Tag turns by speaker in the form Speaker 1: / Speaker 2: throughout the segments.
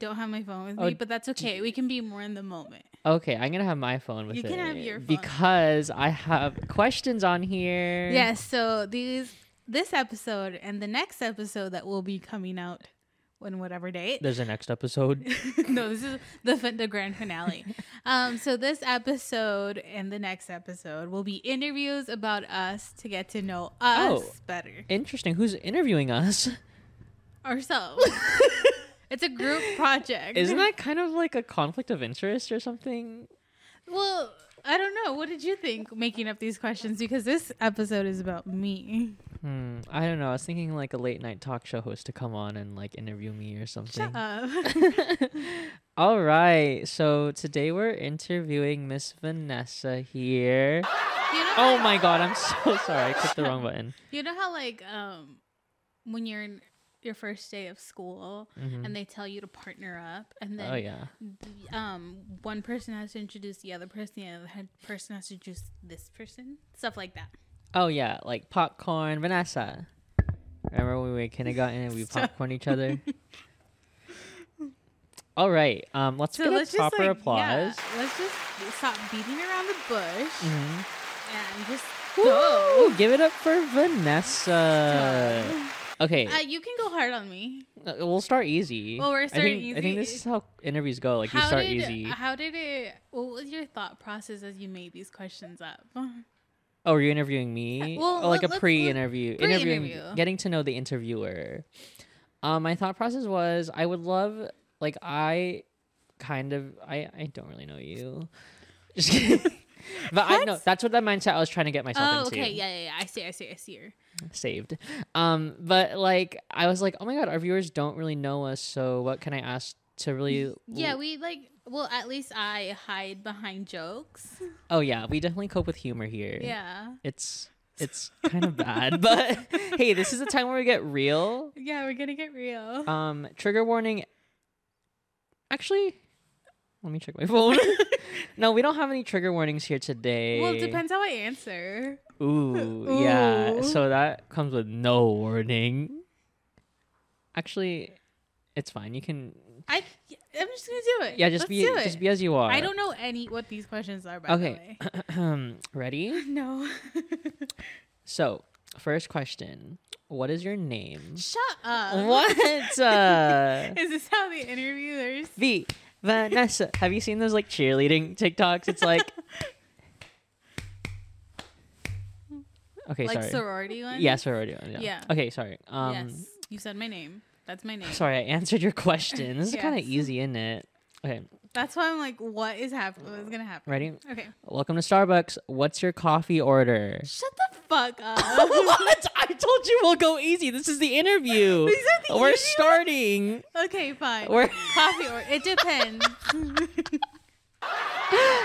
Speaker 1: don't have my phone with
Speaker 2: Oh,
Speaker 1: me, but that's okay. We can be more in the moment.
Speaker 2: Okay, I'm gonna have my phone with
Speaker 1: You
Speaker 2: it.
Speaker 1: can have your phone.
Speaker 2: because I have questions on here.
Speaker 1: Yes. So these this episode and the next episode that will be coming out on whatever date.
Speaker 2: There's a next episode.
Speaker 1: no, this is the fin- the grand finale. um, so this episode and the next episode will be interviews about us to get to know us
Speaker 2: Oh.
Speaker 1: better
Speaker 2: Interesting. Who's interviewing us?
Speaker 1: ourselves. it's a group project.
Speaker 2: Isn't that kind of like a conflict of interest or something?
Speaker 1: Well, I don't know. What did you think making up these questions? Because this episode is about me.
Speaker 2: Hmm. I don't know. I was thinking like a late night talk show host to come on and like interview me or something.
Speaker 1: Shut up.
Speaker 2: All right. So today we're interviewing Miss Vanessa here.
Speaker 1: You know
Speaker 2: Oh my god, I'm so sorry. I clicked the wrong button.
Speaker 1: You know how like um when you're in your first day of school and they tell you to partner up and then
Speaker 2: Mm-hmm. Oh yeah.
Speaker 1: the- um one person has to introduce the other person the other ha- person has to introduce this person stuff like that
Speaker 2: Oh yeah, like popcorn Vanessa. Remember when we were in kindergarten and we
Speaker 1: Stop.
Speaker 2: popcorn each other? All right. Um let's
Speaker 1: so
Speaker 2: get
Speaker 1: let's
Speaker 2: a proper
Speaker 1: just like,
Speaker 2: applause.
Speaker 1: yeah, let's just stop beating around the bush
Speaker 2: Mhm.
Speaker 1: and just go
Speaker 2: Woo! Give it up for Vanessa. Okay,
Speaker 1: uh, you can go hard on me
Speaker 2: uh, we'll start easy.
Speaker 1: Oh, we're
Speaker 2: I
Speaker 1: starting
Speaker 2: think- I think
Speaker 1: easy?
Speaker 2: this is how interviews go. Like you
Speaker 1: how
Speaker 2: start
Speaker 1: did
Speaker 2: easy.
Speaker 1: how did it what was your thought process as you made these questions up
Speaker 2: Oh, are you interviewing me?
Speaker 1: well,
Speaker 2: Oh, like
Speaker 1: let-
Speaker 2: a
Speaker 1: let's-
Speaker 2: pre-interview, interviewing,
Speaker 1: pre-interview.
Speaker 2: getting to know the interviewer. Um, my thought process was I would love, like, I kind of, I, I don't really know you, just kidding. but I know that's what that mindset I was trying to get myself
Speaker 1: oh
Speaker 2: into.
Speaker 1: okay yeah, yeah yeah i see i see i see her
Speaker 2: Saved. Um, but like, I was like, oh my god, our viewers don't really know us, so what can I ask to really?
Speaker 1: Yeah, we like. Well, at least I hide behind jokes.
Speaker 2: Oh yeah, we definitely cope with humor here.
Speaker 1: Yeah.
Speaker 2: It's. It's kind of bad, but hey, this is the time where we get real.
Speaker 1: Yeah, we're gonna get real.
Speaker 2: Um, trigger warning. Actually, let me check my phone. no, we don't have any trigger warnings here today.
Speaker 1: well, it depends how I answer.
Speaker 2: Ooh, yeah.
Speaker 1: Ooh.
Speaker 2: So that comes with no warning. Actually, it's fine. You can
Speaker 1: I I'm just gonna do it.
Speaker 2: yeah, just
Speaker 1: Let's
Speaker 2: be
Speaker 1: do
Speaker 2: just
Speaker 1: it.
Speaker 2: be as you are.
Speaker 1: I don't know any what these questions are. By
Speaker 2: Okay.
Speaker 1: the way.
Speaker 2: Ready?
Speaker 1: No.
Speaker 2: So, first question. What is your name?
Speaker 1: Shut up.
Speaker 2: What? Uh,
Speaker 1: Is this how the interviewers?
Speaker 2: v Vanessa. Have you seen those like cheerleading TikToks? It's like Okay,
Speaker 1: like
Speaker 2: sorry.
Speaker 1: sorority one?
Speaker 2: yeah, sorority. one, Yeah.
Speaker 1: Yeah.
Speaker 2: Okay, sorry. Um
Speaker 1: yes. You said my name. That's my name.
Speaker 2: sorry, I answered your question. This is kind of
Speaker 1: Yes.
Speaker 2: easy, isn't it? Okay,
Speaker 1: That's why I'm like, what is happening? What's gonna happen?
Speaker 2: ready?
Speaker 1: Okay.
Speaker 2: Welcome to Starbucks. What's your coffee order?
Speaker 1: Shut the fuck up.
Speaker 2: what? I told you we'll go easy. This is the interview.
Speaker 1: These are the
Speaker 2: We're
Speaker 1: easy ones.
Speaker 2: starting.
Speaker 1: okay, fine.
Speaker 2: We're
Speaker 1: Coffee or it depends.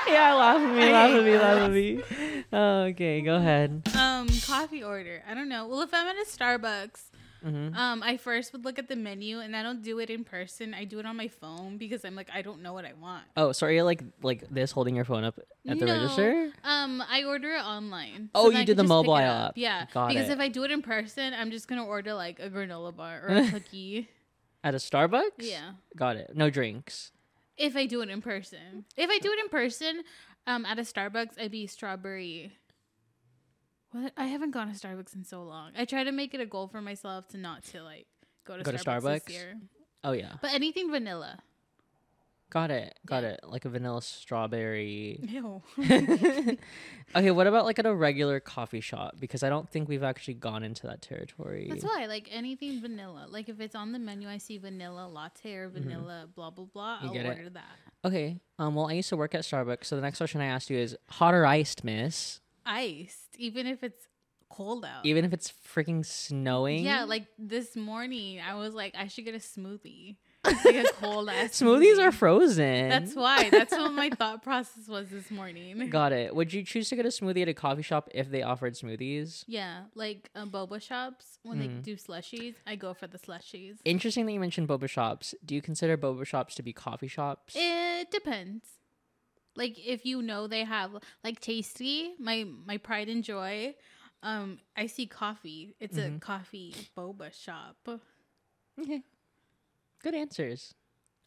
Speaker 2: yeah, laugh at me,
Speaker 1: I
Speaker 2: laugh
Speaker 1: hate
Speaker 2: at me, laugh at me. Okay, go ahead.
Speaker 1: Um, coffee order. I don't know. Well, if I'm at a Starbucks,
Speaker 2: Mhm.
Speaker 1: um, I first would look at the menu, and I don't do it in person. I do it on my phone because I'm like, I don't know what I want.
Speaker 2: Oh, so are you like like this holding your phone up at the
Speaker 1: No,
Speaker 2: register?
Speaker 1: Um, I order it online.
Speaker 2: Oh,
Speaker 1: then
Speaker 2: you
Speaker 1: I
Speaker 2: do
Speaker 1: can
Speaker 2: the
Speaker 1: just pick it
Speaker 2: mobile
Speaker 1: up.
Speaker 2: app.
Speaker 1: Yeah,
Speaker 2: Got
Speaker 1: because
Speaker 2: it.
Speaker 1: if I do it in person, I'm just gonna order like a granola bar or a cookie.
Speaker 2: At a Starbucks?
Speaker 1: Yeah.
Speaker 2: Got it. No drinks.
Speaker 1: if I do it in person, if I do it in person, um, at a Starbucks, I'd be strawberry. What? I haven't gone to Starbucks in so long. I try to make it a goal for myself to not to like go to
Speaker 2: Go to
Speaker 1: Starbucks, this
Speaker 2: Starbucks?
Speaker 1: year.
Speaker 2: Oh yeah.
Speaker 1: But anything vanilla.
Speaker 2: Got it. Got
Speaker 1: Yeah.
Speaker 2: it. Like a vanilla strawberry.
Speaker 1: Ew.
Speaker 2: okay, what about like at a regular coffee shop? Because I don't think we've actually gone into that territory.
Speaker 1: That's why, like anything vanilla. Like if it's on the menu, I see vanilla latte or vanilla blah blah blah.
Speaker 2: Mm-hmm. You
Speaker 1: I'll
Speaker 2: get it.
Speaker 1: order that.
Speaker 2: okay. Um. Well, I used to work at Starbucks, so the next question I asked you is hot or iced, Miss?
Speaker 1: Iced, even if it's cold out.
Speaker 2: Even if it's freaking snowing.
Speaker 1: yeah, like this morning, I was like, I should get a smoothie, like a cold ass.
Speaker 2: smoothies
Speaker 1: smoothie.
Speaker 2: are frozen.
Speaker 1: That's why. That's what my thought process was this morning.
Speaker 2: Got it. Would you choose to get a smoothie at a coffee shop if they offered smoothies?
Speaker 1: Yeah, like um, boba shops when
Speaker 2: Mm.
Speaker 1: they do slushies, I go for the slushies.
Speaker 2: Interesting that you mentioned boba shops. Do you consider boba shops to be coffee shops?
Speaker 1: It depends. Like if you know they have like tasty, my my pride and joy. Um, I see coffee. It's
Speaker 2: Mm-hmm.
Speaker 1: a coffee boba shop.
Speaker 2: Okay. Good answers.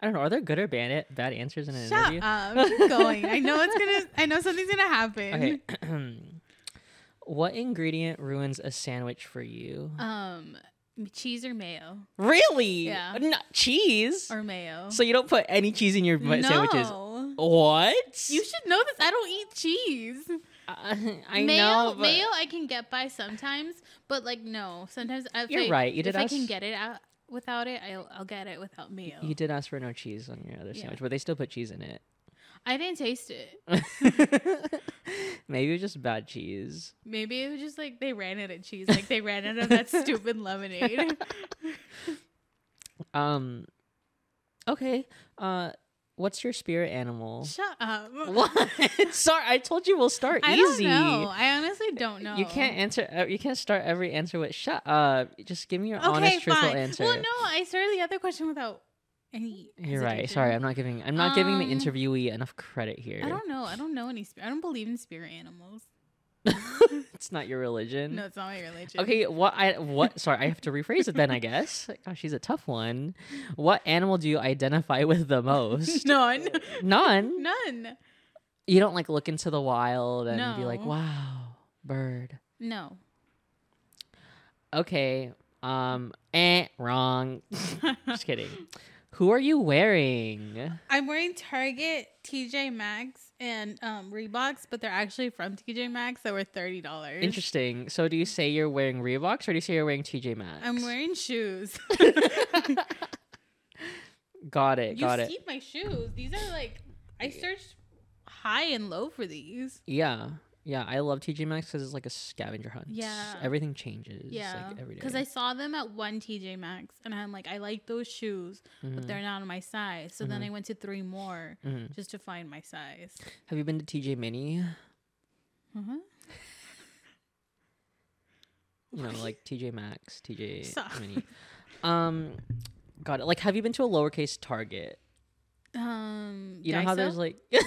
Speaker 2: I don't know. Are there good or bad bad answers in an
Speaker 1: Shut
Speaker 2: interview?
Speaker 1: up. Keep going. I know it's gonna I know something's gonna happen.
Speaker 2: Okay. what ingredient ruins a sandwich for you?
Speaker 1: Um cheese or mayo.
Speaker 2: really?
Speaker 1: yeah.
Speaker 2: Not cheese.
Speaker 1: Or mayo.
Speaker 2: so you don't put any cheese in your ma-
Speaker 1: no.
Speaker 2: sandwiches. What?
Speaker 1: You should know this. I don't eat cheese.
Speaker 2: Uh, I
Speaker 1: mayo,
Speaker 2: know. But
Speaker 1: mayo I can get by sometimes, but like no. Sometimes if
Speaker 2: You're
Speaker 1: I,
Speaker 2: right, you did
Speaker 1: if I can
Speaker 2: ask-
Speaker 1: get it out without it, I'll, I'll get it without mayo.
Speaker 2: You did ask for no cheese on your other
Speaker 1: Yeah.
Speaker 2: sandwich, but they still put cheese in it.
Speaker 1: I didn't taste it.
Speaker 2: Maybe it was just bad cheese.
Speaker 1: Maybe it was just like they ran out of cheese, like they ran out of that stupid lemonade.
Speaker 2: Um. Okay. Uh, what's your spirit animal?
Speaker 1: Shut up.
Speaker 2: What? Sorry, I told you we'll start
Speaker 1: I
Speaker 2: easy.
Speaker 1: don't know. I honestly don't know.
Speaker 2: You can't answer. uh, You can't start every answer with "shut up." Just give me your
Speaker 1: Okay,
Speaker 2: honest, truthful
Speaker 1: fine.
Speaker 2: answer.
Speaker 1: Well, no, I started the other question without any.
Speaker 2: You're right.
Speaker 1: hesitation.
Speaker 2: Sorry, I'm not giving. I'm not giving the
Speaker 1: Um,
Speaker 2: interviewee enough credit here.
Speaker 1: I don't know. I don't know any. Sp- I don't believe in spirit animals.
Speaker 2: it's not your religion.
Speaker 1: No, it's not my religion.
Speaker 2: Okay, what I what sorry, I have to rephrase it then, I guess. Gosh, she's a tough one. What animal do you identify with the most?
Speaker 1: None.
Speaker 2: None.
Speaker 1: None.
Speaker 2: You don't like look into the wild and be like,
Speaker 1: No.
Speaker 2: "Wow, bird."
Speaker 1: No.
Speaker 2: Okay. Um, eh, wrong. Just kidding. Who are you wearing?
Speaker 1: I'm wearing Target, TJ Maxx, and um, Reeboks, but they're actually from TJ Maxx. They were thirty dollars.
Speaker 2: Interesting. So, do you say you're wearing Reeboks or do you say you're wearing TJ Maxx?
Speaker 1: I'm wearing shoes.
Speaker 2: Got it.
Speaker 1: you
Speaker 2: Got it.
Speaker 1: see my shoes. These are like I searched high and low for these.
Speaker 2: Yeah. Yeah, I love TJ Maxx because it's like a scavenger hunt.
Speaker 1: Yeah.
Speaker 2: everything changes.
Speaker 1: Yeah,
Speaker 2: like every day.
Speaker 1: because I saw them at one TJ Maxx, and I'm like, I like those shoes,
Speaker 2: Mm-hmm.
Speaker 1: but they're not my size. So then I went to three more
Speaker 2: Mhm.
Speaker 1: just to find my size.
Speaker 2: Have you been to TJ Mini?
Speaker 1: Uh-huh.
Speaker 2: You know, like TJ Maxx, TJ
Speaker 1: Stop.
Speaker 2: Mini. Um, got it. Like, have you been to a lowercase Target?
Speaker 1: Um,
Speaker 2: You know how
Speaker 1: Daiso?
Speaker 2: there's like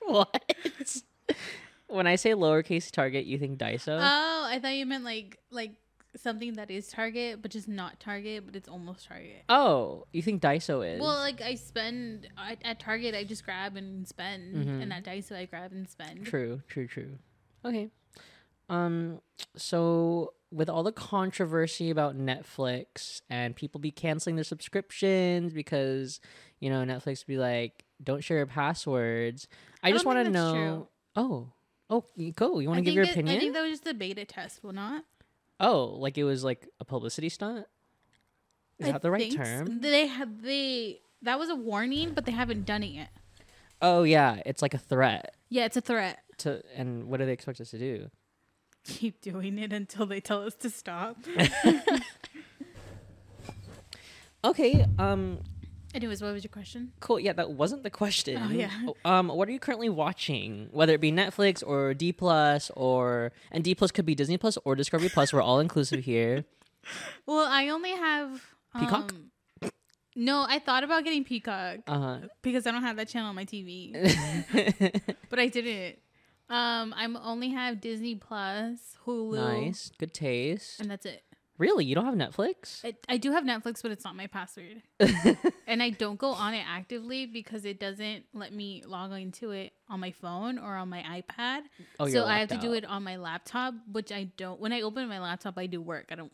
Speaker 2: what? when I say lowercase Target, you think Daiso?
Speaker 1: Oh, I thought you meant like like something that is Target, but just not Target, but it's almost Target.
Speaker 2: oh, you think Daiso is?
Speaker 1: Well, like I spend I, at Target, I just grab and spend,
Speaker 2: Mhm.
Speaker 1: and at Daiso, I grab and spend.
Speaker 2: True, true, true. Okay. Um so with all the controversy about Netflix and people be canceling their subscriptions because, you know, Netflix be like, don't share your passwords. I,
Speaker 1: I
Speaker 2: just
Speaker 1: don't
Speaker 2: want to
Speaker 1: think that's
Speaker 2: know Oh. Oh, you go. You want
Speaker 1: I
Speaker 2: to give
Speaker 1: think
Speaker 2: your
Speaker 1: it-
Speaker 2: opinion?
Speaker 1: I think that was just the beta test. Well, not.
Speaker 2: oh, like it was like a publicity stunt? Is
Speaker 1: I
Speaker 2: that the right
Speaker 1: think s-
Speaker 2: term?
Speaker 1: They have they that was a warning, but they haven't done it yet.
Speaker 2: Oh yeah, it's like a threat
Speaker 1: Yeah, it's a threat.
Speaker 2: to and what do they expect us to do?
Speaker 1: Keep doing it until they tell us to stop.
Speaker 2: Okay, um
Speaker 1: Anyways, what was your question?
Speaker 2: Cool. Yeah, that wasn't the question.
Speaker 1: Oh, yeah.
Speaker 2: Oh, Um, what are you currently watching? Whether it be Netflix or D Plus or and D Plus could be Disney Plus or Discovery Plus. We're all inclusive here.
Speaker 1: Well, I only have
Speaker 2: Peacock?
Speaker 1: um, no, I thought about getting Peacock
Speaker 2: Uh,
Speaker 1: because I don't have that channel on my TV,
Speaker 2: nice.
Speaker 1: but I didn't. Um, I only have Disney Plus, Hulu,
Speaker 2: Good taste.
Speaker 1: and that's it.
Speaker 2: Really, you don't have Netflix?
Speaker 1: I, I do have Netflix, but it's not my password. and I don't go on it actively because it doesn't let me log into it on my phone or on my iPad.
Speaker 2: Oh, you're
Speaker 1: so I have to
Speaker 2: locked
Speaker 1: do
Speaker 2: out.
Speaker 1: it on my laptop, which I don't. When I open my laptop, I do work. I don't.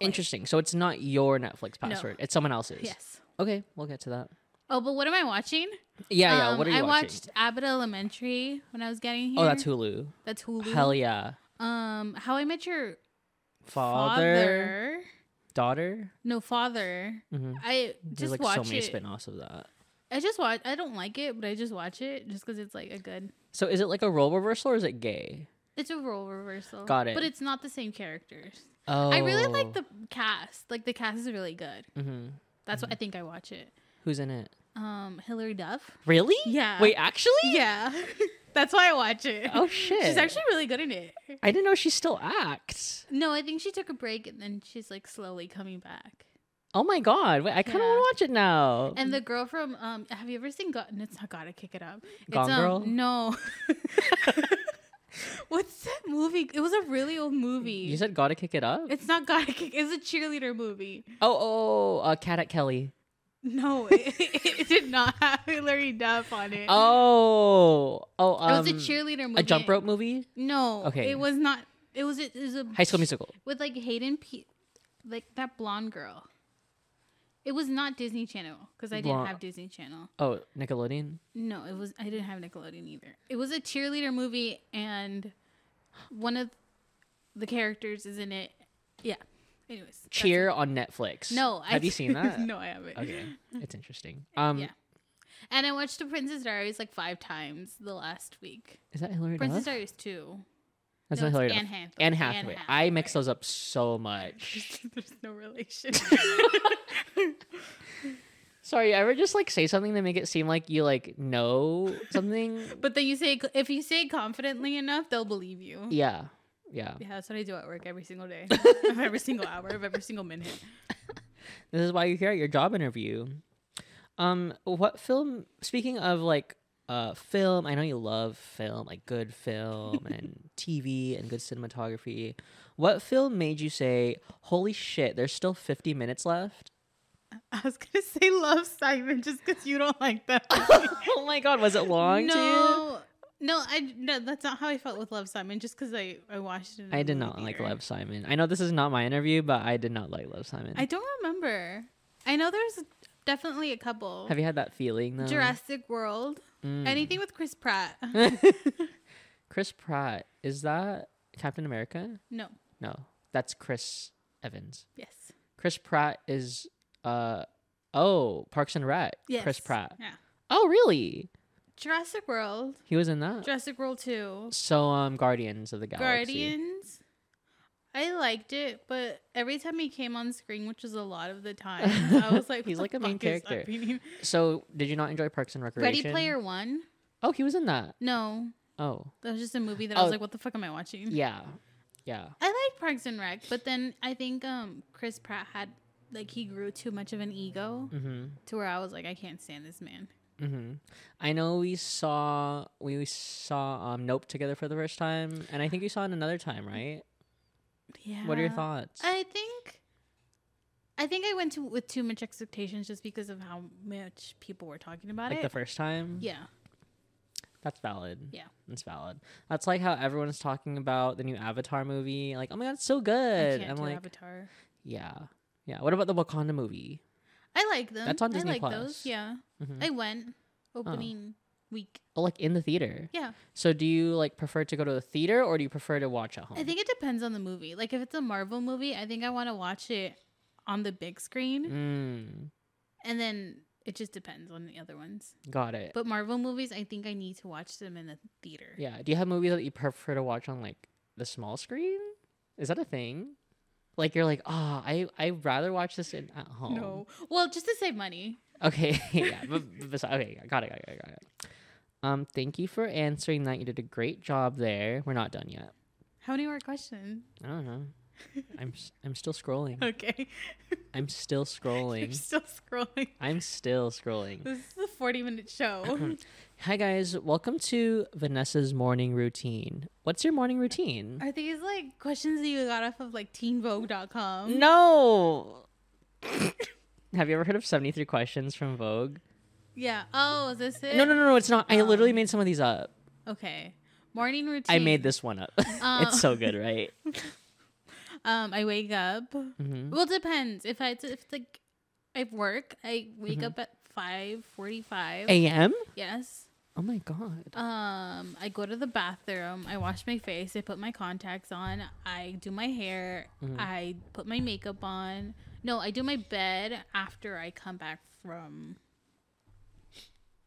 Speaker 2: Interesting. So it's not your Netflix
Speaker 1: No.
Speaker 2: password. It's someone else's.
Speaker 1: Yes.
Speaker 2: Okay, we'll get to that.
Speaker 1: Oh, but what am I watching?
Speaker 2: Yeah, yeah. what are you
Speaker 1: Um, I
Speaker 2: watching?
Speaker 1: watched Abbott Elementary when I was getting here.
Speaker 2: oh, that's Hulu.
Speaker 1: that's Hulu.
Speaker 2: Hell yeah.
Speaker 1: Um, How I Met Your
Speaker 2: Father,
Speaker 1: Father.
Speaker 2: daughter.
Speaker 1: No, Father.
Speaker 2: Mhm.
Speaker 1: I
Speaker 2: There's
Speaker 1: just
Speaker 2: like
Speaker 1: watch
Speaker 2: so many
Speaker 1: it.
Speaker 2: spin-offs of that.
Speaker 1: I just watch. I don't like it, but I just watch it just because it's like a good.
Speaker 2: So is it like a role reversal or is it gay?
Speaker 1: It's a role reversal.
Speaker 2: Got it.
Speaker 1: But it's not the same characters.
Speaker 2: Oh,
Speaker 1: I really like the cast. Like the cast is really good.
Speaker 2: Mhm.
Speaker 1: That's why I think I watch it.
Speaker 2: Who's in it?
Speaker 1: Um, Hilary Duff.
Speaker 2: Really?
Speaker 1: Yeah.
Speaker 2: Wait, actually?
Speaker 1: Yeah, that's why I watch it.
Speaker 2: Oh shit!
Speaker 1: She's actually really good in it.
Speaker 2: I didn't know she still acts.
Speaker 1: No, I think she took a break and then she's like slowly coming back.
Speaker 2: Oh my god! Wait, I kind of
Speaker 1: Yeah.
Speaker 2: want to watch it now.
Speaker 1: And the girl from um, have you ever seen? God, it's not gotta kick it up.
Speaker 2: Gone
Speaker 1: it's, um,
Speaker 2: Girl?
Speaker 1: No. What's that movie? It was a really old movie.
Speaker 2: You said gotta kick it up.
Speaker 1: it's not Gotta Kick. It's a cheerleader movie.
Speaker 2: Oh, oh, oh, uh, Cat at Kelly.
Speaker 1: No, it, it did not have Hilary Duff on it.
Speaker 2: Oh, oh, um,
Speaker 1: it was a cheerleader movie.
Speaker 2: a jump rope movie,
Speaker 1: No.
Speaker 2: Okay.
Speaker 1: It was not. It was. It was a
Speaker 2: High School Musical.
Speaker 1: with like Hayden, P- like that blonde girl. It was not Disney Channel because I didn't
Speaker 2: Blonde-
Speaker 1: have Disney Channel.
Speaker 2: Oh, Nickelodeon.
Speaker 1: No, it was I didn't have Nickelodeon either. It was a cheerleader movie, and one of the characters is in it. Yeah. Anyways, that's
Speaker 2: Cheer on Netflix.
Speaker 1: it. No,
Speaker 2: have you seen that?
Speaker 1: no, I haven't.
Speaker 2: Okay, it's interesting. Um,
Speaker 1: Yeah. And I watched The Princess Diaries like five times the last week.
Speaker 2: is that Hillary
Speaker 1: Princess
Speaker 2: Duff?
Speaker 1: Diaries two.
Speaker 2: That's
Speaker 1: no,
Speaker 2: not Hillary
Speaker 1: it's Anne
Speaker 2: Duff.
Speaker 1: Hathaway.
Speaker 2: Anne
Speaker 1: Anne
Speaker 2: Hathaway. I mix
Speaker 1: Hathaway.
Speaker 2: those up so much.
Speaker 1: There's no relation.
Speaker 2: Sorry, you ever just like say something to make it seem like you like know something?
Speaker 1: but then you say if you say it confidently enough, they'll believe you.
Speaker 2: yeah, yeah.
Speaker 1: Yeah, that's what I do at work every single day, of every single hour, of every single minute.
Speaker 2: This is why you're here at your job interview. Um, what film? Speaking of like uh film, I know you love film, like good film and TV and good cinematography. What film made you say, "Holy shit, there's still 50 minutes left"?
Speaker 1: I was gonna say love Simon just because you don't like that.
Speaker 2: oh my god, was it long to you?
Speaker 1: no, no, I no. That's not how I felt with Love Simon. Just because I I watched it. in
Speaker 2: I
Speaker 1: the
Speaker 2: did
Speaker 1: movie
Speaker 2: not like
Speaker 1: theater.
Speaker 2: Love Simon. I know this is not my interview, but I did not like Love Simon.
Speaker 1: I don't remember. I know there's definitely a couple.
Speaker 2: Have you uh, Mm. had that feeling though?
Speaker 1: Jurassic World. Anything with Chris Pratt.
Speaker 2: Chris Pratt is that Captain America?
Speaker 1: no.
Speaker 2: No, that's Chris Evans.
Speaker 1: Yes.
Speaker 2: Chris Pratt is uh oh Parks and Rec.
Speaker 1: Yes.
Speaker 2: Chris Pratt.
Speaker 1: Yeah.
Speaker 2: Oh really?
Speaker 1: Jurassic World.
Speaker 2: He was in that.
Speaker 1: Jurassic World 2.
Speaker 2: so um Guardians of the Galaxy.
Speaker 1: Guardians. I liked it, but every time he came on screen, which was a lot of the time, I was like,
Speaker 2: He's
Speaker 1: "What
Speaker 2: like
Speaker 1: the
Speaker 2: a main
Speaker 1: fuck is
Speaker 2: character.
Speaker 1: happening?"
Speaker 2: So did you not enjoy Parks and
Speaker 1: Ready
Speaker 2: Recreation?
Speaker 1: Player One?
Speaker 2: Oh, he was in that.
Speaker 1: No,
Speaker 2: Oh
Speaker 1: that was just a movie that I
Speaker 2: Oh.
Speaker 1: was like, what the fuck am I watching?
Speaker 2: yeah, yeah.
Speaker 1: I like Parks and Rec, but then I think um Chris Pratt had like he grew too much of an ego
Speaker 2: Mm-hmm.
Speaker 1: to where I was like, I can't stand this man.
Speaker 2: Mm-hmm. I know we saw we saw um Nope together for the first time, and I think you saw it another time, right?
Speaker 1: Yeah.
Speaker 2: What are your thoughts?
Speaker 1: I think I think I went to with too much expectations just because of how much people were talking about
Speaker 2: like
Speaker 1: it.
Speaker 2: the first time.
Speaker 1: yeah.
Speaker 2: That's valid.
Speaker 1: Yeah.
Speaker 2: That's valid. That's like how everyone's talking about the new Avatar movie. Like, oh my god, it's so good.
Speaker 1: I can't
Speaker 2: I'm
Speaker 1: do
Speaker 2: like,
Speaker 1: Avatar.
Speaker 2: yeah, yeah. What about the Wakanda movie?
Speaker 1: I like them.
Speaker 2: That's on Disney
Speaker 1: I like
Speaker 2: Plus.
Speaker 1: those. Yeah.
Speaker 2: Mhm.
Speaker 1: I went opening week.
Speaker 2: Oh, like in the theater.
Speaker 1: Yeah.
Speaker 2: So, do you like prefer to go to the theater or do you prefer to watch at home?
Speaker 1: I think it depends on the movie. Like if it's a Marvel movie, I think I want to watch it on the big screen
Speaker 2: Mm,
Speaker 1: and then it just depends on the other ones.
Speaker 2: got it.
Speaker 1: But Marvel movies, I think I need to watch them in the theater.
Speaker 2: yeah. Do you have movies that you prefer to watch on like the small screen? Is that a thing? Like you're like, ah, I I rather watch this in at home.
Speaker 1: No. Well, just to save money.
Speaker 2: Okay. yeah. But, but besi- okay. Got it. Got it. Got it. Got it. Um, thank you for answering that. You did a great job there. We're not done yet.
Speaker 1: How many more questions?
Speaker 2: I don't know. I'm s- I'm still scrolling.
Speaker 1: Okay.
Speaker 2: I'm still
Speaker 1: You're
Speaker 2: scrolling.
Speaker 1: still scrolling.
Speaker 2: I'm still scrolling.
Speaker 1: This is a 40 minute show.
Speaker 2: Hi guys, welcome to Vanessa's morning routine. What's your morning routine?
Speaker 1: Are these like questions that you got off of like teenvogue.com?
Speaker 2: No. Have you ever heard of 73 questions from Vogue?
Speaker 1: Yeah. Oh, is this it?
Speaker 2: No, no, no, no, it's not. I literally
Speaker 1: Um,
Speaker 2: made some of these up.
Speaker 1: Okay. Morning routine.
Speaker 2: I made this one up.
Speaker 1: Oh.
Speaker 2: it's so good, right?
Speaker 1: Um, I wake up.
Speaker 2: Mhm.
Speaker 1: Well, it depends. If I, if it's like, I work, I wake
Speaker 2: Mm-hmm.
Speaker 1: up at 5.45.
Speaker 2: AM?
Speaker 1: Yes.
Speaker 2: Oh my god.
Speaker 1: Um, I go to the bathroom. I wash my face. I put my contacts on. I do my hair.
Speaker 2: Mm-hmm.
Speaker 1: I put my makeup on. No, I do my bed after I come back from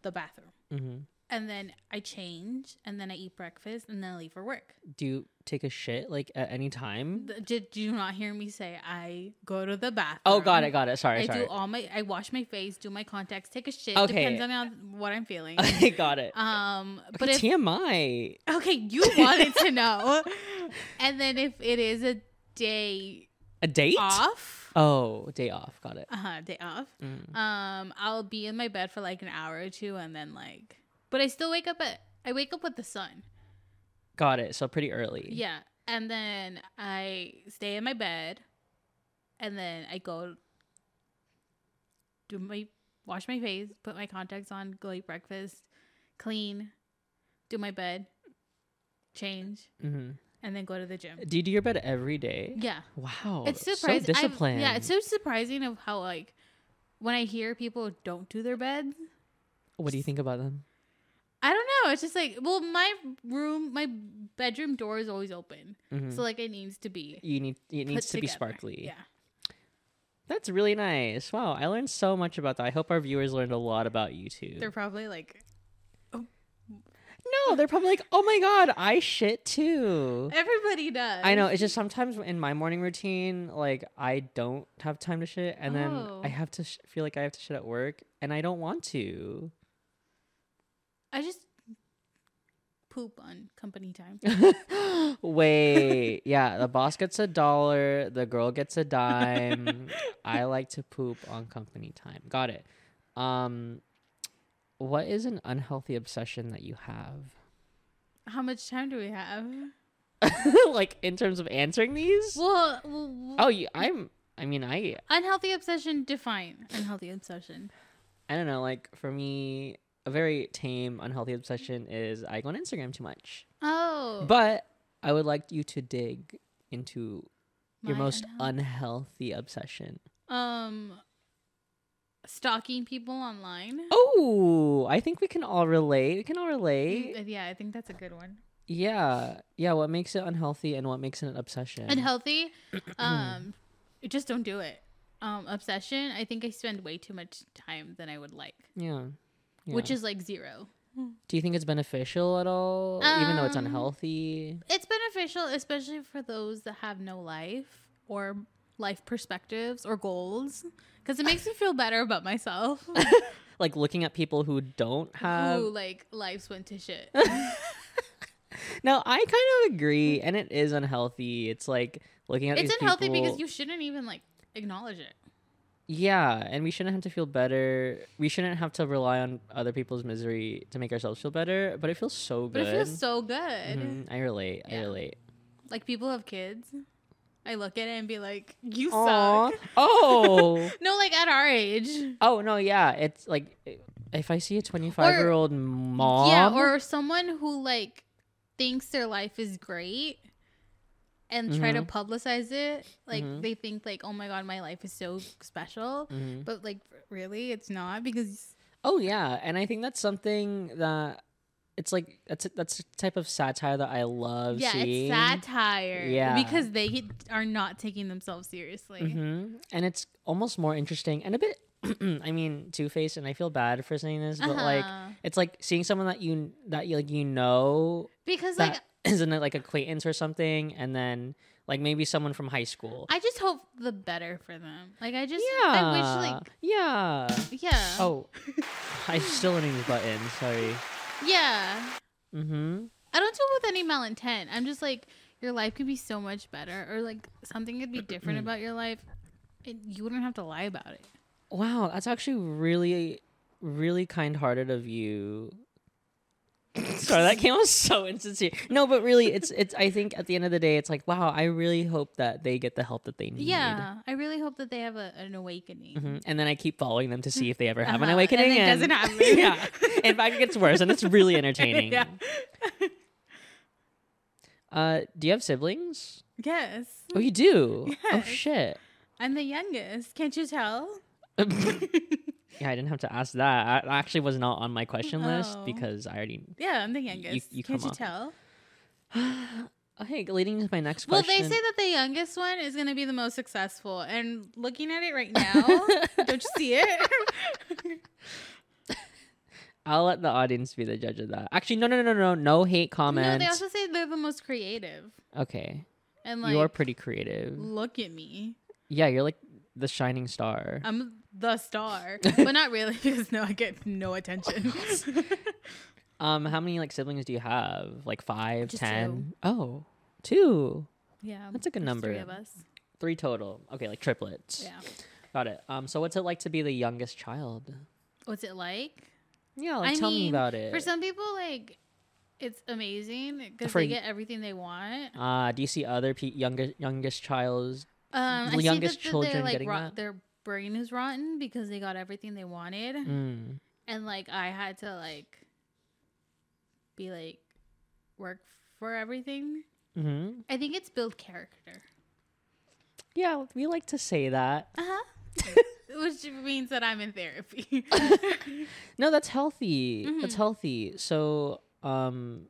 Speaker 1: the bathroom.
Speaker 2: hmm
Speaker 1: And then I change. And then I eat breakfast. And then I leave for work.
Speaker 2: Do you take a shit like at any time?
Speaker 1: Th- Did, did you not hear me say I go to the bathroom?
Speaker 2: Oh, got it, got it. Sorry,
Speaker 1: I
Speaker 2: sorry.
Speaker 1: do all my. I wash my face. Do my contacts. Take a shit.
Speaker 2: Okay.
Speaker 1: Depends on how, what I'm feeling.
Speaker 2: I got it.
Speaker 1: Um, but
Speaker 2: Okay,
Speaker 1: if
Speaker 2: TMI.
Speaker 1: Okay, you wanted to know. And then if it is a day
Speaker 2: A date?
Speaker 1: off,
Speaker 2: Oh, day off. Got it.
Speaker 1: uh-huh, day off,
Speaker 2: Mm.
Speaker 1: um, I'll be in my bed for like an hour or two and then like but I still wake up at I wake up with the sun.
Speaker 2: Got it. So pretty early.
Speaker 1: Yeah. And then I stay in my bed and then I go do my wash my face, put my contacts on, go eat breakfast, clean, do my bed, change,
Speaker 2: hmm
Speaker 1: and then go to the gym.
Speaker 2: Do you do your bed every day?
Speaker 1: Yeah.
Speaker 2: Wow.
Speaker 1: it's
Speaker 2: so
Speaker 1: surprising. I've-
Speaker 2: disciplined.
Speaker 1: yeah, it's so surprising of how like when I hear people don't do their beds,
Speaker 2: what do you think about them?
Speaker 1: I don't know. It's just like, well, my room, my bedroom door is always open,
Speaker 2: Mhm.
Speaker 1: so like it needs to be.
Speaker 2: you need it needs
Speaker 1: put
Speaker 2: to be
Speaker 1: together.
Speaker 2: sparkly.
Speaker 1: Yeah.
Speaker 2: That's really nice. Wow, I learned so much about that. I hope our viewers learned a lot about you too.
Speaker 1: They're probably like,
Speaker 2: no, they're probably like, oh my god, I shit too.
Speaker 1: everybody does.
Speaker 2: I know. It's just sometimes in my morning routine, like I don't have time to shit, and then
Speaker 1: Oh.
Speaker 2: I have to sh- feel like I have to shit at work, and I don't want to.
Speaker 1: I just poop on company time.
Speaker 2: Wait, yeah, the boss gets a dollar, the girl gets a dime. I like to poop on company time. Got it. Um, what is an unhealthy obsession that you have?
Speaker 1: How much time do we have?
Speaker 2: like in terms of answering these?
Speaker 1: Well, well
Speaker 2: Oh, you, I'm. I mean, I.
Speaker 1: unhealthy obsession. Define unhealthy obsession.
Speaker 2: I don't know. Like for me, a very tame unhealthy obsession is I go on Instagram too much.
Speaker 1: Oh,
Speaker 2: But I would like you to dig into your
Speaker 1: my
Speaker 2: most
Speaker 1: unhealthy-
Speaker 2: unhealthy obsession.
Speaker 1: um stalking people online.
Speaker 2: Oh, I think we can all relate. We can all relate.
Speaker 1: Mm, Yeah, I think that's a good one.
Speaker 2: Yeah, yeah. What makes it unhealthy and what makes it an obsession?
Speaker 1: Unhealthy. Um, you just don't do it. Um, obsession. I think I spend way too much time than I would like,
Speaker 2: yeah.
Speaker 1: which
Speaker 2: yeah.
Speaker 1: is like zero.
Speaker 2: Do you think it's beneficial at all, even though it's
Speaker 1: Um,
Speaker 2: unhealthy?
Speaker 1: It's beneficial, especially for those that have no life or life perspectives or goals, because it makes me feel better about myself.
Speaker 2: Like looking at people who don't have
Speaker 1: who like lives went to shit.
Speaker 2: No, I kind of agree, and it is unhealthy. It's like looking at
Speaker 1: it's
Speaker 2: these
Speaker 1: unhealthy
Speaker 2: people-
Speaker 1: because you shouldn't even like acknowledge it.
Speaker 2: yeah, and we shouldn't have to feel better. We shouldn't have to rely on other people's misery to make ourselves feel better. But it feels so
Speaker 1: But
Speaker 2: good.
Speaker 1: it feels so good.
Speaker 2: Mhm, I relate. I
Speaker 1: Yeah.
Speaker 2: relate.
Speaker 1: Like people have kids. I look at it and be like, "You
Speaker 2: Aw.
Speaker 1: suck."
Speaker 2: Oh.
Speaker 1: No, like at our age.
Speaker 2: oh no. Yeah. It's like if I see a twenty-five-year-old mom.
Speaker 1: Yeah, or someone who like thinks their life is great and try
Speaker 2: Mm-hmm.
Speaker 1: to publicize it. Like
Speaker 2: Mhm.
Speaker 1: they think like, "Oh my god, my life is so special."
Speaker 2: Mhm.
Speaker 1: But like really, it's not because
Speaker 2: Oh yeah, and I think that's something that it's like that's that's a type of satire that I love.
Speaker 1: yeah,
Speaker 2: seeing.
Speaker 1: it's satire.
Speaker 2: Yeah.
Speaker 1: Because they are not taking themselves seriously.
Speaker 2: hmm And it's almost more interesting and a bit. I mean, Two Face, and I feel bad for saying this, but like,
Speaker 1: Uh-huh.
Speaker 2: it's like seeing someone that you that you like you know
Speaker 1: Because
Speaker 2: that
Speaker 1: like
Speaker 2: is in like acquaintance or something, and then like maybe someone from high school.
Speaker 1: I just hope the better for them. Like I just
Speaker 2: yeah,
Speaker 1: I wish like
Speaker 2: yeah.
Speaker 1: yeah.
Speaker 2: Oh, I'm still hitting this button. Sorry.
Speaker 1: Yeah.
Speaker 2: Mm-hmm.
Speaker 1: I don't do it with any malintent. I'm just like, your life could be so much better, or like something could
Speaker 2: Uh,
Speaker 1: be different
Speaker 2: mm.
Speaker 1: about your life, and you wouldn't have to lie about it.
Speaker 2: Wow, that's actually really, really kind-hearted of you. Sorry, that came out so insincere. No, but really, it's it's. I think at the end of the day, it's like, wow, I really hope that they get the help that they need.
Speaker 1: Yeah, I really hope that they have a, an awakening.
Speaker 2: Mhm. And then I keep following them to see if they ever have an
Speaker 1: Uh-huh,
Speaker 2: awakening.
Speaker 1: and it doesn't happen.
Speaker 2: yeah. In fact, it gets worse, and it's really entertaining.
Speaker 1: Yeah.
Speaker 2: Uh, do you have siblings?
Speaker 1: Yes,
Speaker 2: Oh, you do. Oh
Speaker 1: Yes.
Speaker 2: shit.
Speaker 1: I'm the youngest. Can't you tell?
Speaker 2: yeah, I didn't have to ask that. I I actually was not on my question list
Speaker 1: Oh.
Speaker 2: because I already
Speaker 1: Yeah, I'm the youngest.
Speaker 2: you
Speaker 1: Can't
Speaker 2: come
Speaker 1: you
Speaker 2: up-
Speaker 1: tell? Oh,
Speaker 2: Okay, leading to my next
Speaker 1: Well,
Speaker 2: question.
Speaker 1: they say that the youngest one is going to be the most successful, and looking at it right now, don't you see it?
Speaker 2: I'll let the audience be the judge of that. Actually, no, no, no, no, no, no hate
Speaker 1: no,
Speaker 2: comments.
Speaker 1: they also say they're the most creative,
Speaker 2: okay,
Speaker 1: and like,
Speaker 2: you are pretty creative.
Speaker 1: look at me.
Speaker 2: Yeah, you're like the shining star.
Speaker 1: I'm the star, but not really because no, I get no attention.
Speaker 2: Um, how many like siblings do you have? Like five,
Speaker 1: Oh. Just
Speaker 2: ten? Oh, two,
Speaker 1: yeah,
Speaker 2: That's a good
Speaker 1: there's
Speaker 2: number.
Speaker 1: Three of us.
Speaker 2: three total. Okay, like triplets.
Speaker 1: Yeah.
Speaker 2: Got it. Um, so what's it like to be the youngest child?
Speaker 1: What's it like?
Speaker 2: Yeah, like
Speaker 1: I
Speaker 2: tell me
Speaker 1: mean,
Speaker 2: about it.
Speaker 1: For some people, like it's amazing because
Speaker 2: For
Speaker 1: they
Speaker 2: y-
Speaker 1: get everything they want.
Speaker 2: Uh, do you see other pe- youngest youngest child's?
Speaker 1: Um, I
Speaker 2: The
Speaker 1: see
Speaker 2: youngest
Speaker 1: that th-
Speaker 2: children
Speaker 1: they're, like,
Speaker 2: getting
Speaker 1: rot-
Speaker 2: that?
Speaker 1: Their brain is rotten because they got everything they wanted,
Speaker 2: Mm.
Speaker 1: and like I had to like be like work for everything.
Speaker 2: hmm
Speaker 1: I think it's build character.
Speaker 2: Yeah, we like to say that.
Speaker 1: Uh huh. Which means that I'm in therapy.
Speaker 2: No, that's healthy. That's
Speaker 1: Mhm.
Speaker 2: healthy. So, um,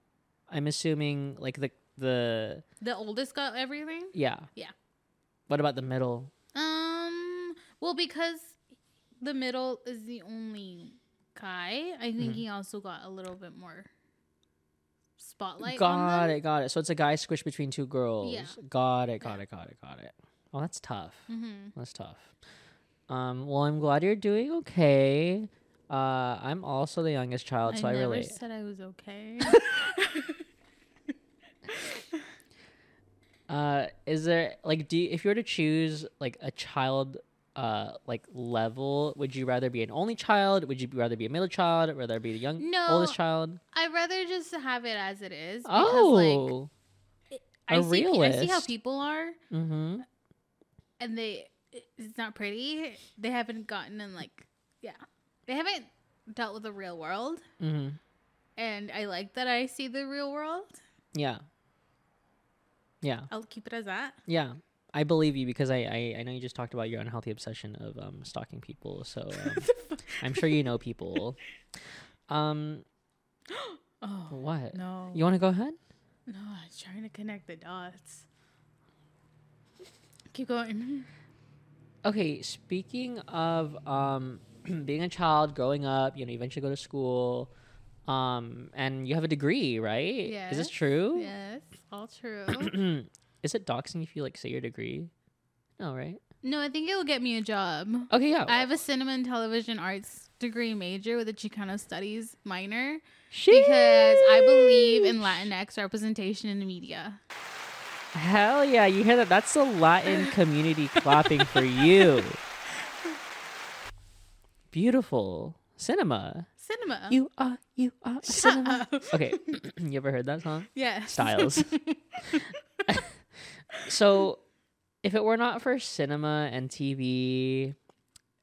Speaker 2: I'm assuming like the the
Speaker 1: the oldest got everything.
Speaker 2: yeah
Speaker 1: Yeah.
Speaker 2: What about the middle?
Speaker 1: Um. Well, because the middle is the only guy, I
Speaker 2: Mhm.
Speaker 1: think he also got a little bit more spotlight. on
Speaker 2: got
Speaker 1: them.
Speaker 2: it, got it. So it's a guy squished between two girls.
Speaker 1: Yeah.
Speaker 2: Got it, got
Speaker 1: Yeah.
Speaker 2: it, got it, got it. Oh, that's tough.
Speaker 1: Mm-hmm.
Speaker 2: That's tough. Um, well, I'm glad you're doing okay. Uh, I'm also the youngest child, so I,
Speaker 1: I never
Speaker 2: relate.
Speaker 1: said I was okay.
Speaker 2: Uh, is there like do you, if you were to choose like a child uh like level would you rather be an only child would you rather be a middle child rather be the young
Speaker 1: No,
Speaker 2: oldest child
Speaker 1: I'd rather just have it as it is. because, like,
Speaker 2: oh
Speaker 1: I
Speaker 2: a
Speaker 1: see, pe- I see how
Speaker 2: realist.
Speaker 1: people are,
Speaker 2: mm-hmm
Speaker 1: and they it's not pretty. They haven't gotten in like yeah, they haven't dealt with the real world,
Speaker 2: mm-hmm
Speaker 1: and I like that I see the real world.
Speaker 2: yeah yeah
Speaker 1: I'll keep it as that.
Speaker 2: yeah i believe you because I, I i know you just talked about your unhealthy obsession of um stalking people so um, i'm sure you know people um
Speaker 1: Oh
Speaker 2: what
Speaker 1: no!
Speaker 2: you want to go ahead
Speaker 1: No, I was trying to connect the dots. Keep going.
Speaker 2: Okay, speaking of um, being a child, growing up, you know, you eventually go to school, um, and you have a degree, right? Is
Speaker 1: Yes,
Speaker 2: this true?
Speaker 1: Yes, all true.
Speaker 2: Is it doxing if you like say your degree? No, right?
Speaker 1: no, I think it will get me a job.
Speaker 2: Okay, yeah.
Speaker 1: I have a cinema and television arts degree major with a Chicano studies minor
Speaker 2: Sheesh!
Speaker 1: because I believe in Latinx representation in the media.
Speaker 2: Hell yeah! You hear that? That's the Latin community clapping for you. Beautiful cinema.
Speaker 1: Cinema.
Speaker 2: You are, you are a cinema.
Speaker 1: Up.
Speaker 2: Okay, you ever heard that song?
Speaker 1: Yes.
Speaker 2: styles. so, if it were not for cinema and TV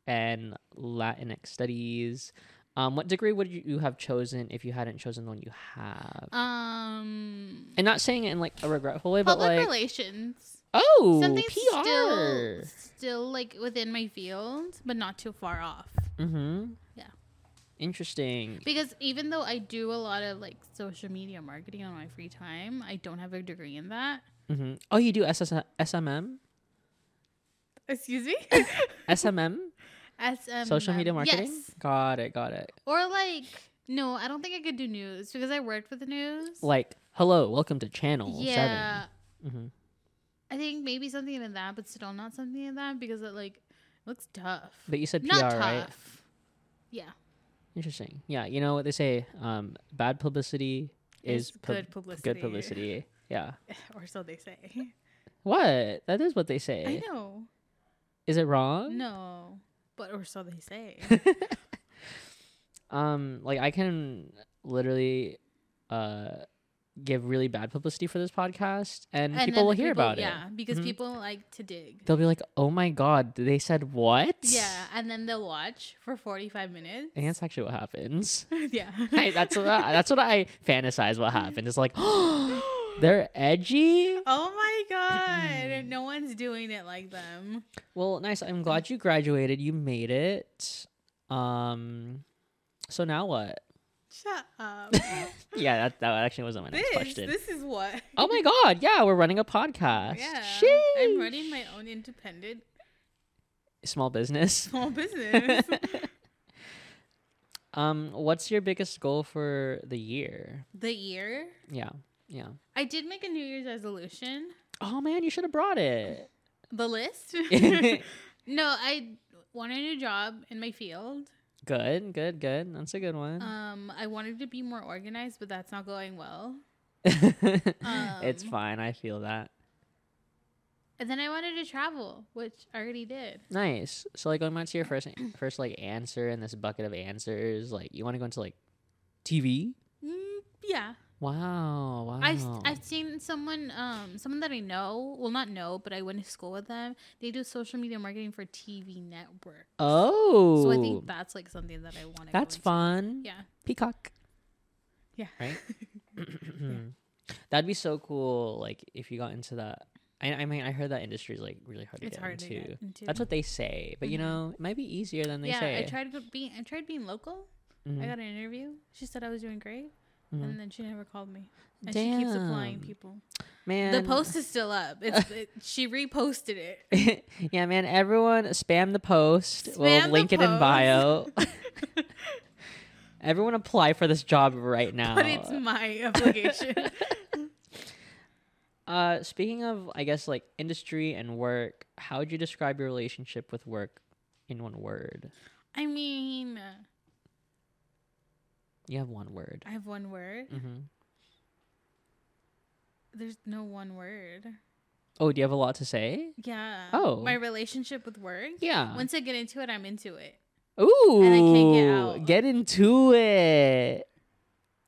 Speaker 2: and Latinx studies, um, what degree would you- you have chosen if you hadn't chosen the one you have?
Speaker 1: Um.
Speaker 2: And not saying it in like a regretful way, but
Speaker 1: Public
Speaker 2: like
Speaker 1: relations.
Speaker 2: oh,
Speaker 1: Something
Speaker 2: PR.
Speaker 1: still, still like within my field, but not too far off.
Speaker 2: Mm-hmm.
Speaker 1: Yeah.
Speaker 2: Interesting.
Speaker 1: Because even though I do a lot of like social media marketing on my free time, I don't have a degree in that.
Speaker 2: hmm Oh, you do SS- SMM?
Speaker 1: Excuse me?
Speaker 2: SMM?
Speaker 1: SM
Speaker 2: Social media marketing?
Speaker 1: Yes.
Speaker 2: Got it, got it.
Speaker 1: Or like no, I don't think I could do news because I worked with the news.
Speaker 2: Like, oh, hello, welcome to Channel
Speaker 1: yeah.
Speaker 2: 7. Mm-hmm.
Speaker 1: I think maybe something in that, but still not something in that because it like looks tough.
Speaker 2: But you said PR,
Speaker 1: not tough.
Speaker 2: right?
Speaker 1: Yeah.
Speaker 2: Interesting. Yeah, you know what they say. Um, bad publicity is
Speaker 1: It's
Speaker 2: pub-
Speaker 1: good publicity.
Speaker 2: Good publicity. Yeah.
Speaker 1: or so they say.
Speaker 2: What? That is what they
Speaker 1: I
Speaker 2: say.
Speaker 1: know.
Speaker 2: Is it wrong?
Speaker 1: No. But or so they say.
Speaker 2: Um, like I can literally, uh, give really bad publicity for this podcast, and, people
Speaker 1: then
Speaker 2: will hear about
Speaker 1: yeah,
Speaker 2: it.
Speaker 1: because
Speaker 2: Mhm.
Speaker 1: people like to dig.
Speaker 2: They'll be like, "Oh my god, they said what?"
Speaker 1: Yeah, and then they'll watch for 45 minutes.
Speaker 2: And that's actually what happens.
Speaker 1: yeah.
Speaker 2: I, that's what I, that's what I fantasize. What happened? It's like, they're edgy.
Speaker 1: oh my
Speaker 2: Mm.
Speaker 1: god, no one's doing it like them.
Speaker 2: Well, nice. I'm glad you graduated. You made it. Um, so now what?
Speaker 1: Shut up.
Speaker 2: Yeah, that, that actually wasn't my next
Speaker 1: this,
Speaker 2: question.
Speaker 1: this is what.
Speaker 2: Oh my god! Yeah, we're running a podcast.
Speaker 1: Yeah.
Speaker 2: Sheesh.
Speaker 1: I'm running my own independent
Speaker 2: small business.
Speaker 1: small business.
Speaker 2: Um, what's your biggest goal for the year?
Speaker 1: the year,
Speaker 2: Yeah, yeah.
Speaker 1: I did make a New Year's resolution.
Speaker 2: Oh man, you should have brought it.
Speaker 1: The list. no, I want a new job in my field.
Speaker 2: good, good, good. That's a good one.
Speaker 1: Um, I wanted to be more organized, but that's not going well.
Speaker 2: it's
Speaker 1: um,
Speaker 2: fine. I feel that.
Speaker 1: And then I wanted to travel, which I already did.
Speaker 2: Nice. So like going back to your first first like answer in this bucket of answers, like you want to go into like TV?
Speaker 1: Mm, yeah.
Speaker 2: Wow. Wow.
Speaker 1: I've I've seen someone um someone that I know well not know but I went to school with them. They do social media marketing for TV network.
Speaker 2: oh.
Speaker 1: So I think that's like something that I want to.
Speaker 2: that's fun.
Speaker 1: Yeah.
Speaker 2: Peacock.
Speaker 1: Yeah.
Speaker 2: Right? That'd be so cool. Like if you got into that. I, I mean, I heard that industry is like really hard to
Speaker 1: It's
Speaker 2: get
Speaker 1: hard to
Speaker 2: into.
Speaker 1: get into.
Speaker 2: That's what they say, but you know, it might be easier than they
Speaker 1: yeah,
Speaker 2: say. Mm-hmm.
Speaker 1: I tried go- being I tried being local. I got an interview. She said I was doing great, and then she never called me. And she keeps applying
Speaker 2: Damn.
Speaker 1: people.
Speaker 2: Man,
Speaker 1: the post is still up. It's it, she reposted it.
Speaker 2: yeah, man. Everyone spam the post.
Speaker 1: Spam
Speaker 2: we'll
Speaker 1: the
Speaker 2: link it in
Speaker 1: post.
Speaker 2: bio. everyone apply for this job right now.
Speaker 1: But it's my obligation.
Speaker 2: Uh, speaking of, I guess like industry and work, how would you describe your relationship with work in one word?
Speaker 1: I mean,
Speaker 2: You have one word.
Speaker 1: I have one word.
Speaker 2: hmm
Speaker 1: There's no one word.
Speaker 2: Oh, do you have a lot to say?
Speaker 1: Yeah.
Speaker 2: Oh.
Speaker 1: My relationship with work.
Speaker 2: Yeah.
Speaker 1: Once I get into it, I'm into it.
Speaker 2: Ooh,
Speaker 1: I can't get out.
Speaker 2: get into it.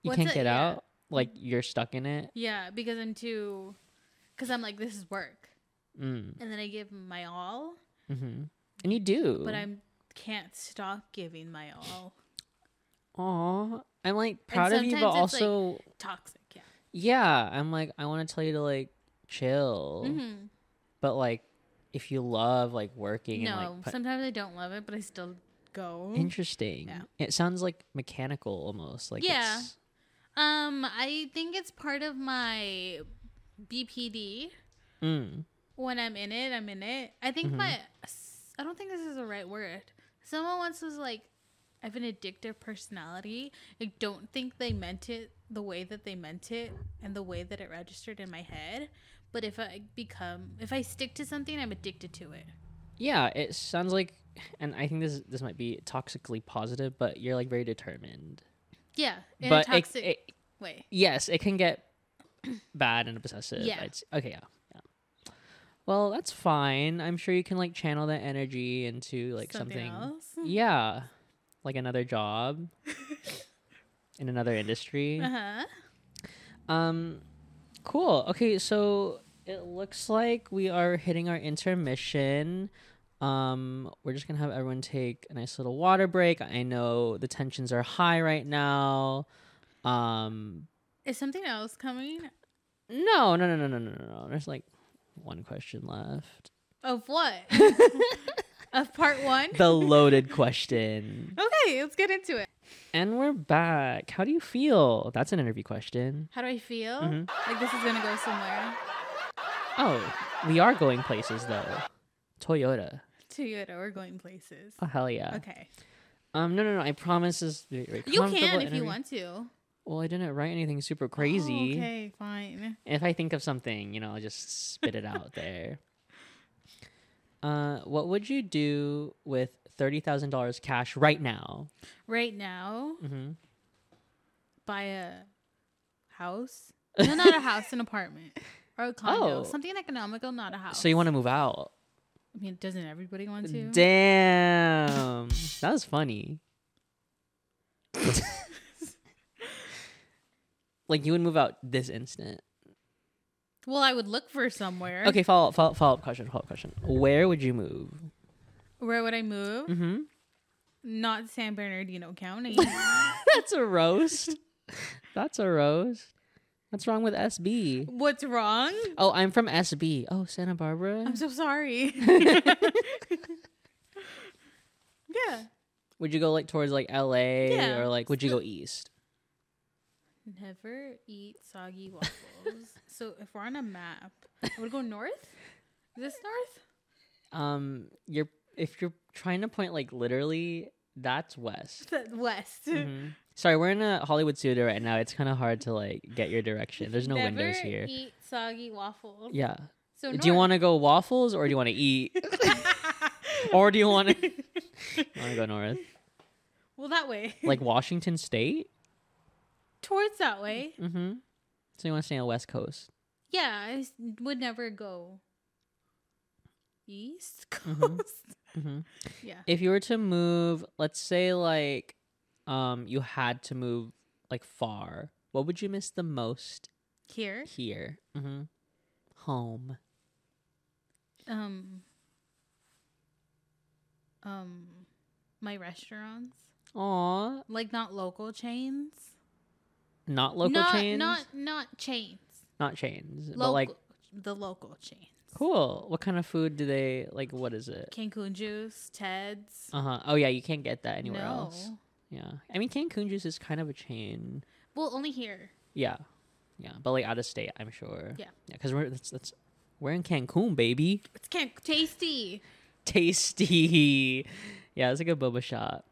Speaker 2: You
Speaker 1: What's
Speaker 2: can't
Speaker 1: it-
Speaker 2: get
Speaker 1: yeah.
Speaker 2: out. Like you're stuck in it.
Speaker 1: Yeah, because I'm too. Because I'm like, this is work,
Speaker 2: Mm.
Speaker 1: and then I give my all,
Speaker 2: hmm And you do.
Speaker 1: but I'm can't stop giving my all.
Speaker 2: Aw, I'm like proud of you, but
Speaker 1: sometimes it's, like-
Speaker 2: also
Speaker 1: Toxic. Yeah.
Speaker 2: yeah, I'm like I want to tell you to like chill,
Speaker 1: hmm
Speaker 2: but like if you love like working
Speaker 1: No,
Speaker 2: and like put-
Speaker 1: sometimes I don't love it, but I still go.
Speaker 2: interesting,
Speaker 1: Yeah.
Speaker 2: it sounds like mechanical almost. Like
Speaker 1: Yeah.
Speaker 2: it's-
Speaker 1: Um, I think it's part of my BPD.
Speaker 2: mm,
Speaker 1: When I'm in it, I'm in it. I
Speaker 2: Mm-hmm.
Speaker 1: think my I don't think this is the right word. Someone once was like, "I have an addictive personality." I don't think they meant it the way that they meant it and the way that it registered in my head. But if I become, if I stick to something, I'm addicted to it.
Speaker 2: yeah, it sounds like, and I think this this might be toxically positive, but you're like very determined.
Speaker 1: Yeah, in
Speaker 2: but
Speaker 1: a
Speaker 2: it-
Speaker 1: toxic
Speaker 2: it,
Speaker 1: way.
Speaker 2: yes, it can get bad and obsessive.
Speaker 1: Yeah.
Speaker 2: I'd s- okay, yeah. yeah. Well, that's fine. I'm sure you can like channel that energy into like something.
Speaker 1: else.
Speaker 2: Yeah. Like another job in another industry.
Speaker 1: Uh huh.
Speaker 2: Um cool. Okay, so it looks like we are hitting our intermission. Um we're just going to have everyone take a nice little water break. I know the tensions are high right now. Um
Speaker 1: Is something else coming?
Speaker 2: no, no, no, no, no, no, no. no. There's like one question left.
Speaker 1: Of what? of part one?
Speaker 2: The loaded question.
Speaker 1: okay, let's get into it.
Speaker 2: And we're back. How do you feel? That's an interview question.
Speaker 1: How do I feel?
Speaker 2: Mm-hmm.
Speaker 1: Like this is gonna go somewhere.
Speaker 2: Oh, we are going places though. Toyota.
Speaker 1: Toyota, we're going places.
Speaker 2: Oh hell yeah.
Speaker 1: Okay.
Speaker 2: Um, no, no, no. I promise this. Very, very
Speaker 1: You
Speaker 2: comfortable
Speaker 1: can if
Speaker 2: interview.
Speaker 1: you want to.
Speaker 2: Well, I didn't write anything super
Speaker 1: Oh,
Speaker 2: crazy.
Speaker 1: okay, fine.
Speaker 2: If I think of something, you know, I'll just spit it out there. Uh, what would you do with thirty thousand dollars cash right now?
Speaker 1: Right now,
Speaker 2: Mm-hmm.
Speaker 1: buy a house. No, not a house, an apartment. Or a condo.
Speaker 2: Oh.
Speaker 1: Something economical, not a house.
Speaker 2: So you want to move out?
Speaker 1: I mean, doesn't everybody want to?
Speaker 2: Damn, that was funny. like you would move out this instant.
Speaker 1: well, I would look for somewhere.
Speaker 2: Okay, follow up, follow up, follow up question, follow up question. Where would you move?
Speaker 1: Where would I move?
Speaker 2: Mm-hmm.
Speaker 1: Not San Bernardino County.
Speaker 2: That's a roast. That's a roast. What's wrong with SB?
Speaker 1: What's wrong?
Speaker 2: Oh, I'm from SB. Oh, Santa Barbara.
Speaker 1: I'm so sorry. yeah.
Speaker 2: would you go like towards like LA
Speaker 1: Yeah.
Speaker 2: or like would you go east?
Speaker 1: Never eat soggy waffles. so if we're on a map, I would go north. Is this north?
Speaker 2: Um, you're if you're trying to point like literally, that's west.
Speaker 1: The west.
Speaker 2: Mhm. Sorry, we're in a Hollywood studio right now. It's kind of hard to like get your direction. There's no
Speaker 1: Never
Speaker 2: windows here.
Speaker 1: eat soggy waffles.
Speaker 2: Yeah.
Speaker 1: So
Speaker 2: Do you want to go waffles or do you want to eat or do you want to want to go north?
Speaker 1: well, that way.
Speaker 2: Like Washington State?
Speaker 1: Towards that way.
Speaker 2: Mm-hmm. So you want to stay on the West Coast?
Speaker 1: Yeah, I s- would never go east coast.
Speaker 2: Mhm. Mm-hmm.
Speaker 1: Yeah.
Speaker 2: If you were to move, let's say like, um, you had to move like far, What would you miss the most
Speaker 1: Here,
Speaker 2: here? Mm-hmm. Home.
Speaker 1: um, um, my restaurants,
Speaker 2: Aw.
Speaker 1: like not local chains,
Speaker 2: Not local
Speaker 1: not,
Speaker 2: chains.
Speaker 1: not not chains,
Speaker 2: Not chains. But
Speaker 1: local,
Speaker 2: like
Speaker 1: the local chains,
Speaker 2: cool. What kind of food do they like what is it?
Speaker 1: Cancun juice, Ted's,
Speaker 2: Uh huh. Oh yeah, you can't get that anywhere
Speaker 1: no,
Speaker 2: else. Yeah. I mean Cancun juice is kind of a chain.
Speaker 1: well, only here.
Speaker 2: Yeah. Yeah. But like out of state, I'm sure.
Speaker 1: Yeah.
Speaker 2: Yeah, because we're that's that's we're in Cancun, baby.
Speaker 1: It's can tasty.
Speaker 2: tasty. Yeah, it's like a boba shot.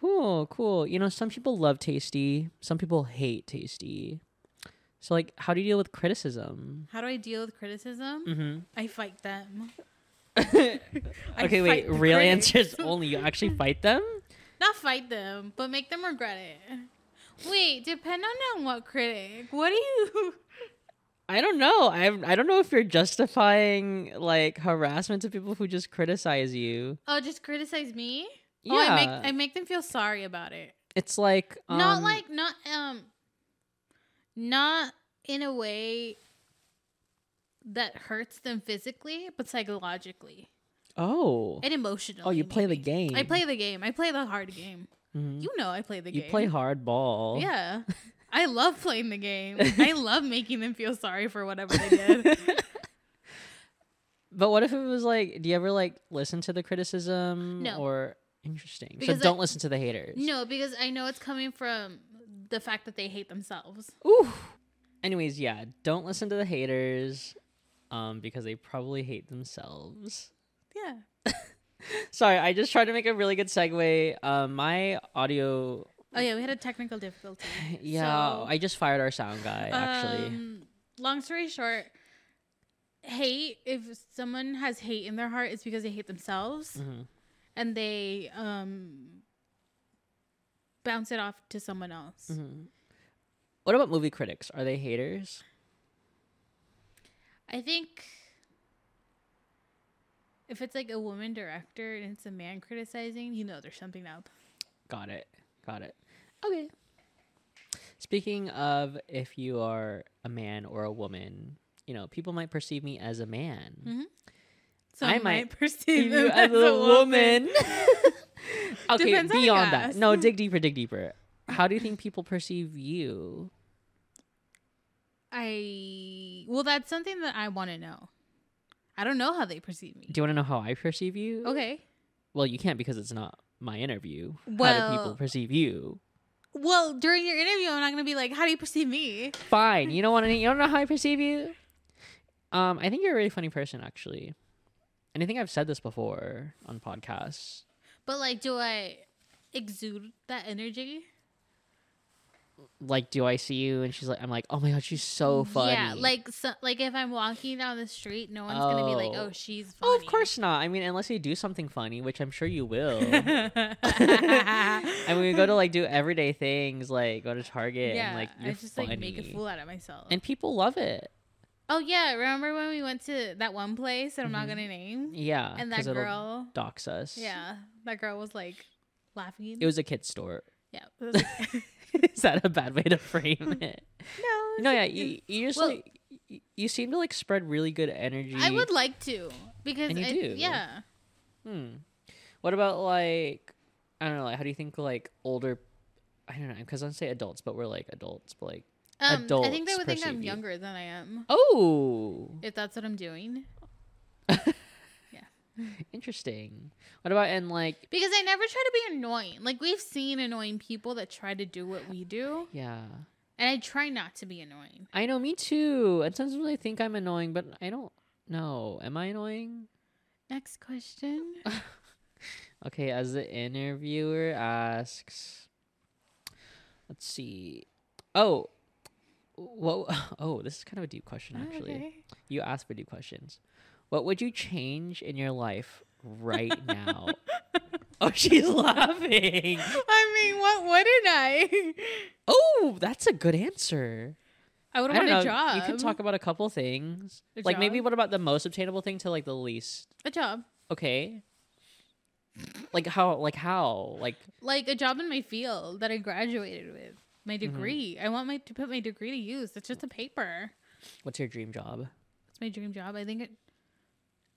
Speaker 2: Cool, cool. You know, some people love tasty, some people hate tasty. So, like, how do you deal with criticism?
Speaker 1: How do I deal with criticism?
Speaker 2: Mm-hmm.
Speaker 1: I fight them. I
Speaker 2: Okay, wait.
Speaker 1: fight the
Speaker 2: Real
Speaker 1: critics.
Speaker 2: answers only. You actually fight them?
Speaker 1: Not fight them, but make them regret it. Wait, depend on, on what critic. What do you?
Speaker 2: I don't know. I I don't know if you're justifying like harassment to people who just criticize you.
Speaker 1: Oh, just criticize me?
Speaker 2: Yeah,
Speaker 1: Oh, I make I make them feel sorry about it.
Speaker 2: it's like um,
Speaker 1: not like not um not in a way that hurts them physically, but psychologically
Speaker 2: oh
Speaker 1: and emotionally.
Speaker 2: oh you play the
Speaker 1: maybe.
Speaker 2: game.
Speaker 1: I play the game. I play the hard game.
Speaker 2: Mhm.
Speaker 1: You know I play the
Speaker 2: you
Speaker 1: game.
Speaker 2: play hardball.
Speaker 1: Yeah. I love playing the game. I love making them feel sorry for whatever they did.
Speaker 2: But what if it was like, do you ever like listen to the criticism?
Speaker 1: No.
Speaker 2: Or interesting.
Speaker 1: Because
Speaker 2: so
Speaker 1: I-
Speaker 2: don't listen to the haters.
Speaker 1: no, because I know it's coming from the fact that they hate themselves.
Speaker 2: Ooh. Anyways, yeah, don't listen to the haters, um, because they probably hate themselves.
Speaker 1: Yeah.
Speaker 2: Sorry, I just tried to make a really good segue. Um, my audio.
Speaker 1: Oh yeah, we had a technical difficulty.
Speaker 2: Yeah,
Speaker 1: So-
Speaker 2: I just fired our sound guy. Actually,
Speaker 1: Um, long story short, hate, if someone has hate in their heart, it's because they hate themselves
Speaker 2: Mhm.
Speaker 1: and they um, bounce it off to someone else.
Speaker 2: Mm-hmm. what about movie critics? Are they haters?
Speaker 1: I think if it's like a woman director and it's a man criticizing, you know there's something up.
Speaker 2: Got it. Got it. Okay. Speaking of if you are a man or a woman, you know, people might perceive me as a man.
Speaker 1: So
Speaker 2: I
Speaker 1: I might
Speaker 2: might
Speaker 1: perceive
Speaker 2: You
Speaker 1: them as, a, woman.
Speaker 2: okay,
Speaker 1: Depends how you
Speaker 2: beyond that.
Speaker 1: ask.
Speaker 2: No, dig deeper, dig deeper. How do you think people perceive you?
Speaker 1: I well, that's something that I want to know. I don't know how they perceive me.
Speaker 2: Do you want to know how I perceive you?
Speaker 1: Okay.
Speaker 2: Well, you can't because it's not my interview. how do people
Speaker 1: Well-
Speaker 2: perceive you?
Speaker 1: Well, during your interview, I'm not gonna be like, "How do you perceive me?"
Speaker 2: Fine. You don't want to. You don't know how I perceive you. Um, I think you're a really funny person, actually, and I think I've said this before on podcasts.
Speaker 1: But like, do I exude that energy?
Speaker 2: Like, do I see you? And she's like, I'm like, oh my god, she's so funny.
Speaker 1: Yeah, like, so, like if I'm walking down the street, no one's gonna be like,
Speaker 2: Oh.
Speaker 1: "Oh, she's." Funny.
Speaker 2: Oh, of course not. I mean, unless you do something funny, which I'm sure you will.
Speaker 1: yeah,
Speaker 2: and we go to like do everyday things, like go to Target and like you're
Speaker 1: I just
Speaker 2: funny.
Speaker 1: like make a fool out of myself.
Speaker 2: and people love it.
Speaker 1: oh yeah, remember when we went to that one place that I'm not gonna name?
Speaker 2: Mm-hmm. Yeah.
Speaker 1: And that
Speaker 2: 'cause it'll
Speaker 1: girl,
Speaker 2: dox us.
Speaker 1: yeah, that girl was like laughing.
Speaker 2: It was a kid's store.
Speaker 1: yeah, it was like,
Speaker 2: Is that a bad way to frame it?
Speaker 1: no,
Speaker 2: No,
Speaker 1: it's
Speaker 2: yeah,
Speaker 1: okay.
Speaker 2: you, you just
Speaker 1: Well-
Speaker 2: like you, you seem to like spread really good energy.
Speaker 1: I would like to because
Speaker 2: And you
Speaker 1: I,
Speaker 2: do.
Speaker 1: yeah.
Speaker 2: Hmm. What about like I don't know? Like, how do you think like older? I don't know because I say adults, but we're like adults, but like
Speaker 1: Um, I think they
Speaker 2: adults
Speaker 1: would think
Speaker 2: perceive
Speaker 1: I'm
Speaker 2: you.
Speaker 1: younger than I am
Speaker 2: oh,
Speaker 1: if that's what I'm doing.
Speaker 2: interesting. What about in like
Speaker 1: Because I never try to be annoying. Like we've seen annoying people that try to do what we do,
Speaker 2: yeah?
Speaker 1: and I try not to be annoying.
Speaker 2: I know me too. And sometimes I think I'm annoying, but I don't know. Am I annoying?
Speaker 1: Next question.
Speaker 2: Okay, as the interviewer asks, let's see. Oh, whoa. Oh, this is kind of a deep question, actually.
Speaker 1: Okay.
Speaker 2: You asked for deep questions. What would you change in your life right now? oh, she's laughing.
Speaker 1: I mean, what wouldn't I?
Speaker 2: Oh, that's a good answer.
Speaker 1: I would
Speaker 2: I don't
Speaker 1: want
Speaker 2: know.
Speaker 1: a job.
Speaker 2: You can talk about a couple things.
Speaker 1: A
Speaker 2: like maybe
Speaker 1: job?
Speaker 2: what about the most obtainable thing to like the least?
Speaker 1: a job,
Speaker 2: Okay. Like how? Like how? Like
Speaker 1: like a job in my field that I graduated with. my
Speaker 2: Mm-hmm.
Speaker 1: degree. I want my to put my degree to use. It's just a paper.
Speaker 2: What's your dream job?
Speaker 1: It's my dream job. I think it.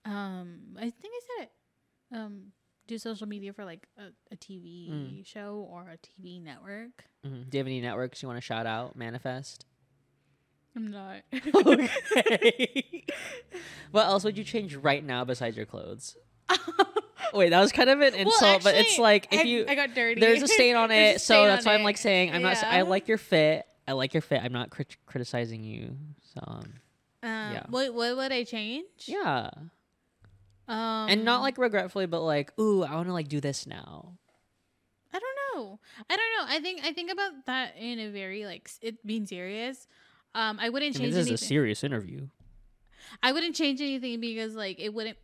Speaker 1: Um, I think I said it. Um, do social media for like a, a TV
Speaker 2: Mm.
Speaker 1: show or a TV network.
Speaker 2: Mhm. Do you have any networks you want to shout out? Manifest.
Speaker 1: I'm not.
Speaker 2: Okay. what else would you change right now besides your clothes? Wait, that was kind of an insult, but it's
Speaker 1: actually,
Speaker 2: like if
Speaker 1: I,
Speaker 2: you
Speaker 1: I got dirty.
Speaker 2: there's a stain on
Speaker 1: There's
Speaker 2: it,
Speaker 1: a
Speaker 2: so
Speaker 1: stain
Speaker 2: that's
Speaker 1: on
Speaker 2: why I'm
Speaker 1: it.
Speaker 2: like saying I'm not. s- I
Speaker 1: Yeah.
Speaker 2: like your fit. I like your fit. I'm not crit- criticizing you. So um,
Speaker 1: Um,
Speaker 2: yeah.
Speaker 1: What What would I change?
Speaker 2: yeah,
Speaker 1: Um,
Speaker 2: and not like regretfully, but like, ooh, I want to like do this now.
Speaker 1: I don't know. I don't know. I think I think about that in a very like s- it being serious. Um, I wouldn't
Speaker 2: I mean,
Speaker 1: change
Speaker 2: this is a
Speaker 1: anything.
Speaker 2: serious interview.
Speaker 1: I wouldn't change anything because like it wouldn't.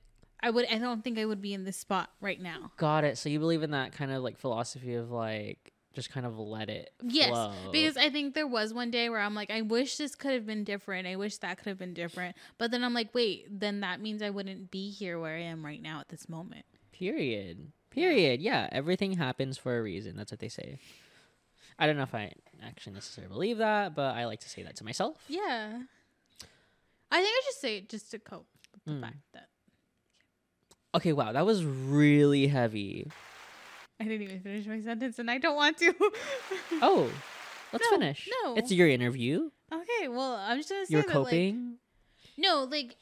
Speaker 1: I would. I don't think I would be in this spot right now.
Speaker 2: Got it. So you believe in that kind of like philosophy of like just kind of let it.
Speaker 1: Yes,
Speaker 2: flow.
Speaker 1: because I think there was one day where I'm like, I wish this could have been different. I wish that could have been different. But then I'm like, wait, then that means I wouldn't be here where I am right now at this moment.
Speaker 2: Period. Period. Yeah, everything happens for a reason. That's what they say. I don't know if I actually necessarily believe that, but I like to say that to myself.
Speaker 1: Yeah. I think I should say it just to cope with the
Speaker 2: Mm.
Speaker 1: fact that
Speaker 2: Okay, wow, that was really heavy.
Speaker 1: I didn't even finish my sentence and I don't want to.
Speaker 2: Oh, let's
Speaker 1: No,
Speaker 2: finish.
Speaker 1: no.
Speaker 2: It's your interview.
Speaker 1: okay, well, I'm just going to say
Speaker 2: You're
Speaker 1: that, like,
Speaker 2: coping.
Speaker 1: no, like,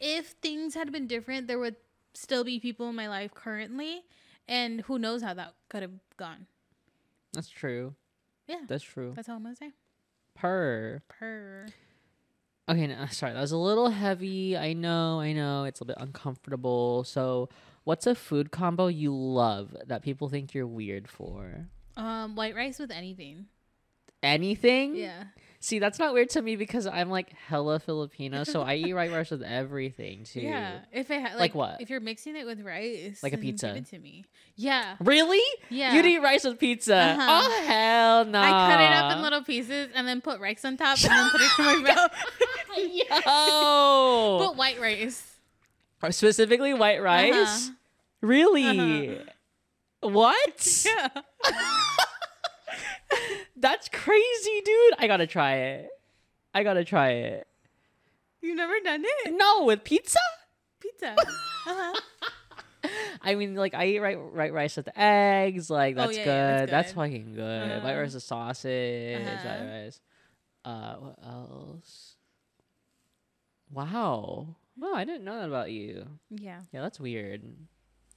Speaker 1: if things had been different, there would still be people in my life currently. And who knows how that could have gone.
Speaker 2: That's true.
Speaker 1: Yeah.
Speaker 2: That's true.
Speaker 1: That's all I'm going to say.
Speaker 2: Purr.
Speaker 1: Purr.
Speaker 2: Okay, no, sorry, that was a little heavy. I know, I know. It's a bit uncomfortable. So, what's a food combo you love that people think you're weird for?
Speaker 1: Um, white rice with anything.
Speaker 2: Anything?
Speaker 1: Yeah.
Speaker 2: See, that's not weird to me because I'm like hella Filipino, so I eat white rice with everything too.
Speaker 1: Yeah. If it ha-
Speaker 2: Like what?
Speaker 1: If you're mixing it with rice,
Speaker 2: Like a
Speaker 1: then give
Speaker 2: pizza.
Speaker 1: it to me. Yeah.
Speaker 2: Really?
Speaker 1: Yeah.
Speaker 2: You'd eat rice with pizza.
Speaker 1: Uh-huh.
Speaker 2: Oh hell no.
Speaker 1: I cut it up in little pieces and then put rice on top and then put it to my mouth.
Speaker 2: Oh.
Speaker 1: Put white rice.
Speaker 2: specifically white rice
Speaker 1: Uh-huh.
Speaker 2: really what
Speaker 1: Yeah.
Speaker 2: that's crazy dude i gotta try it i gotta try it
Speaker 1: You've never done it?
Speaker 2: no with pizza
Speaker 1: Pizza. Uh-huh.
Speaker 2: i mean like i eat right, right rice with the eggs like
Speaker 1: Oh,
Speaker 2: that's,
Speaker 1: yeah,
Speaker 2: good.
Speaker 1: yeah, that's
Speaker 2: that's
Speaker 1: good.
Speaker 2: fucking good white
Speaker 1: Uh-huh.
Speaker 2: rice with sausage
Speaker 1: Uh-huh.
Speaker 2: white rice uh what else wow wow i didn't know that about you
Speaker 1: Yeah.
Speaker 2: yeah that's weird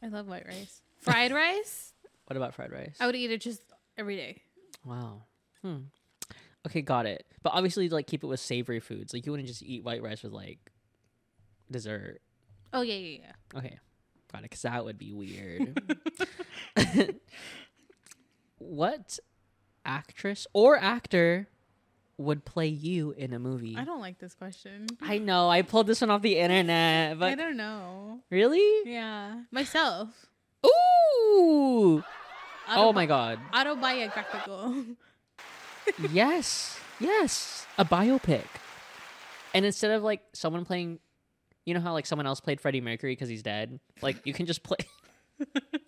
Speaker 1: I love white rice. Fried rice?
Speaker 2: what about fried rice
Speaker 1: I would eat it just every day.
Speaker 2: Wow. Hmm. Okay, got it. But obviously, like, keep it with savory foods. Like, you wouldn't just eat white rice with like dessert.
Speaker 1: Oh yeah, yeah, yeah.
Speaker 2: Okay, got it. Because that would be weird. what actress or actor would play you in a movie?
Speaker 1: I don't like this question.
Speaker 2: I know. I pulled this one off the internet,
Speaker 1: I
Speaker 2: but
Speaker 1: don't know.
Speaker 2: really?
Speaker 1: Yeah. Myself.
Speaker 2: Ooh! Oh my god.
Speaker 1: god. Autobiographical.
Speaker 2: yes, yes, a biopic. And instead of like someone playing, you know how like someone else played Freddie Mercury because he's dead. Like you can just play. you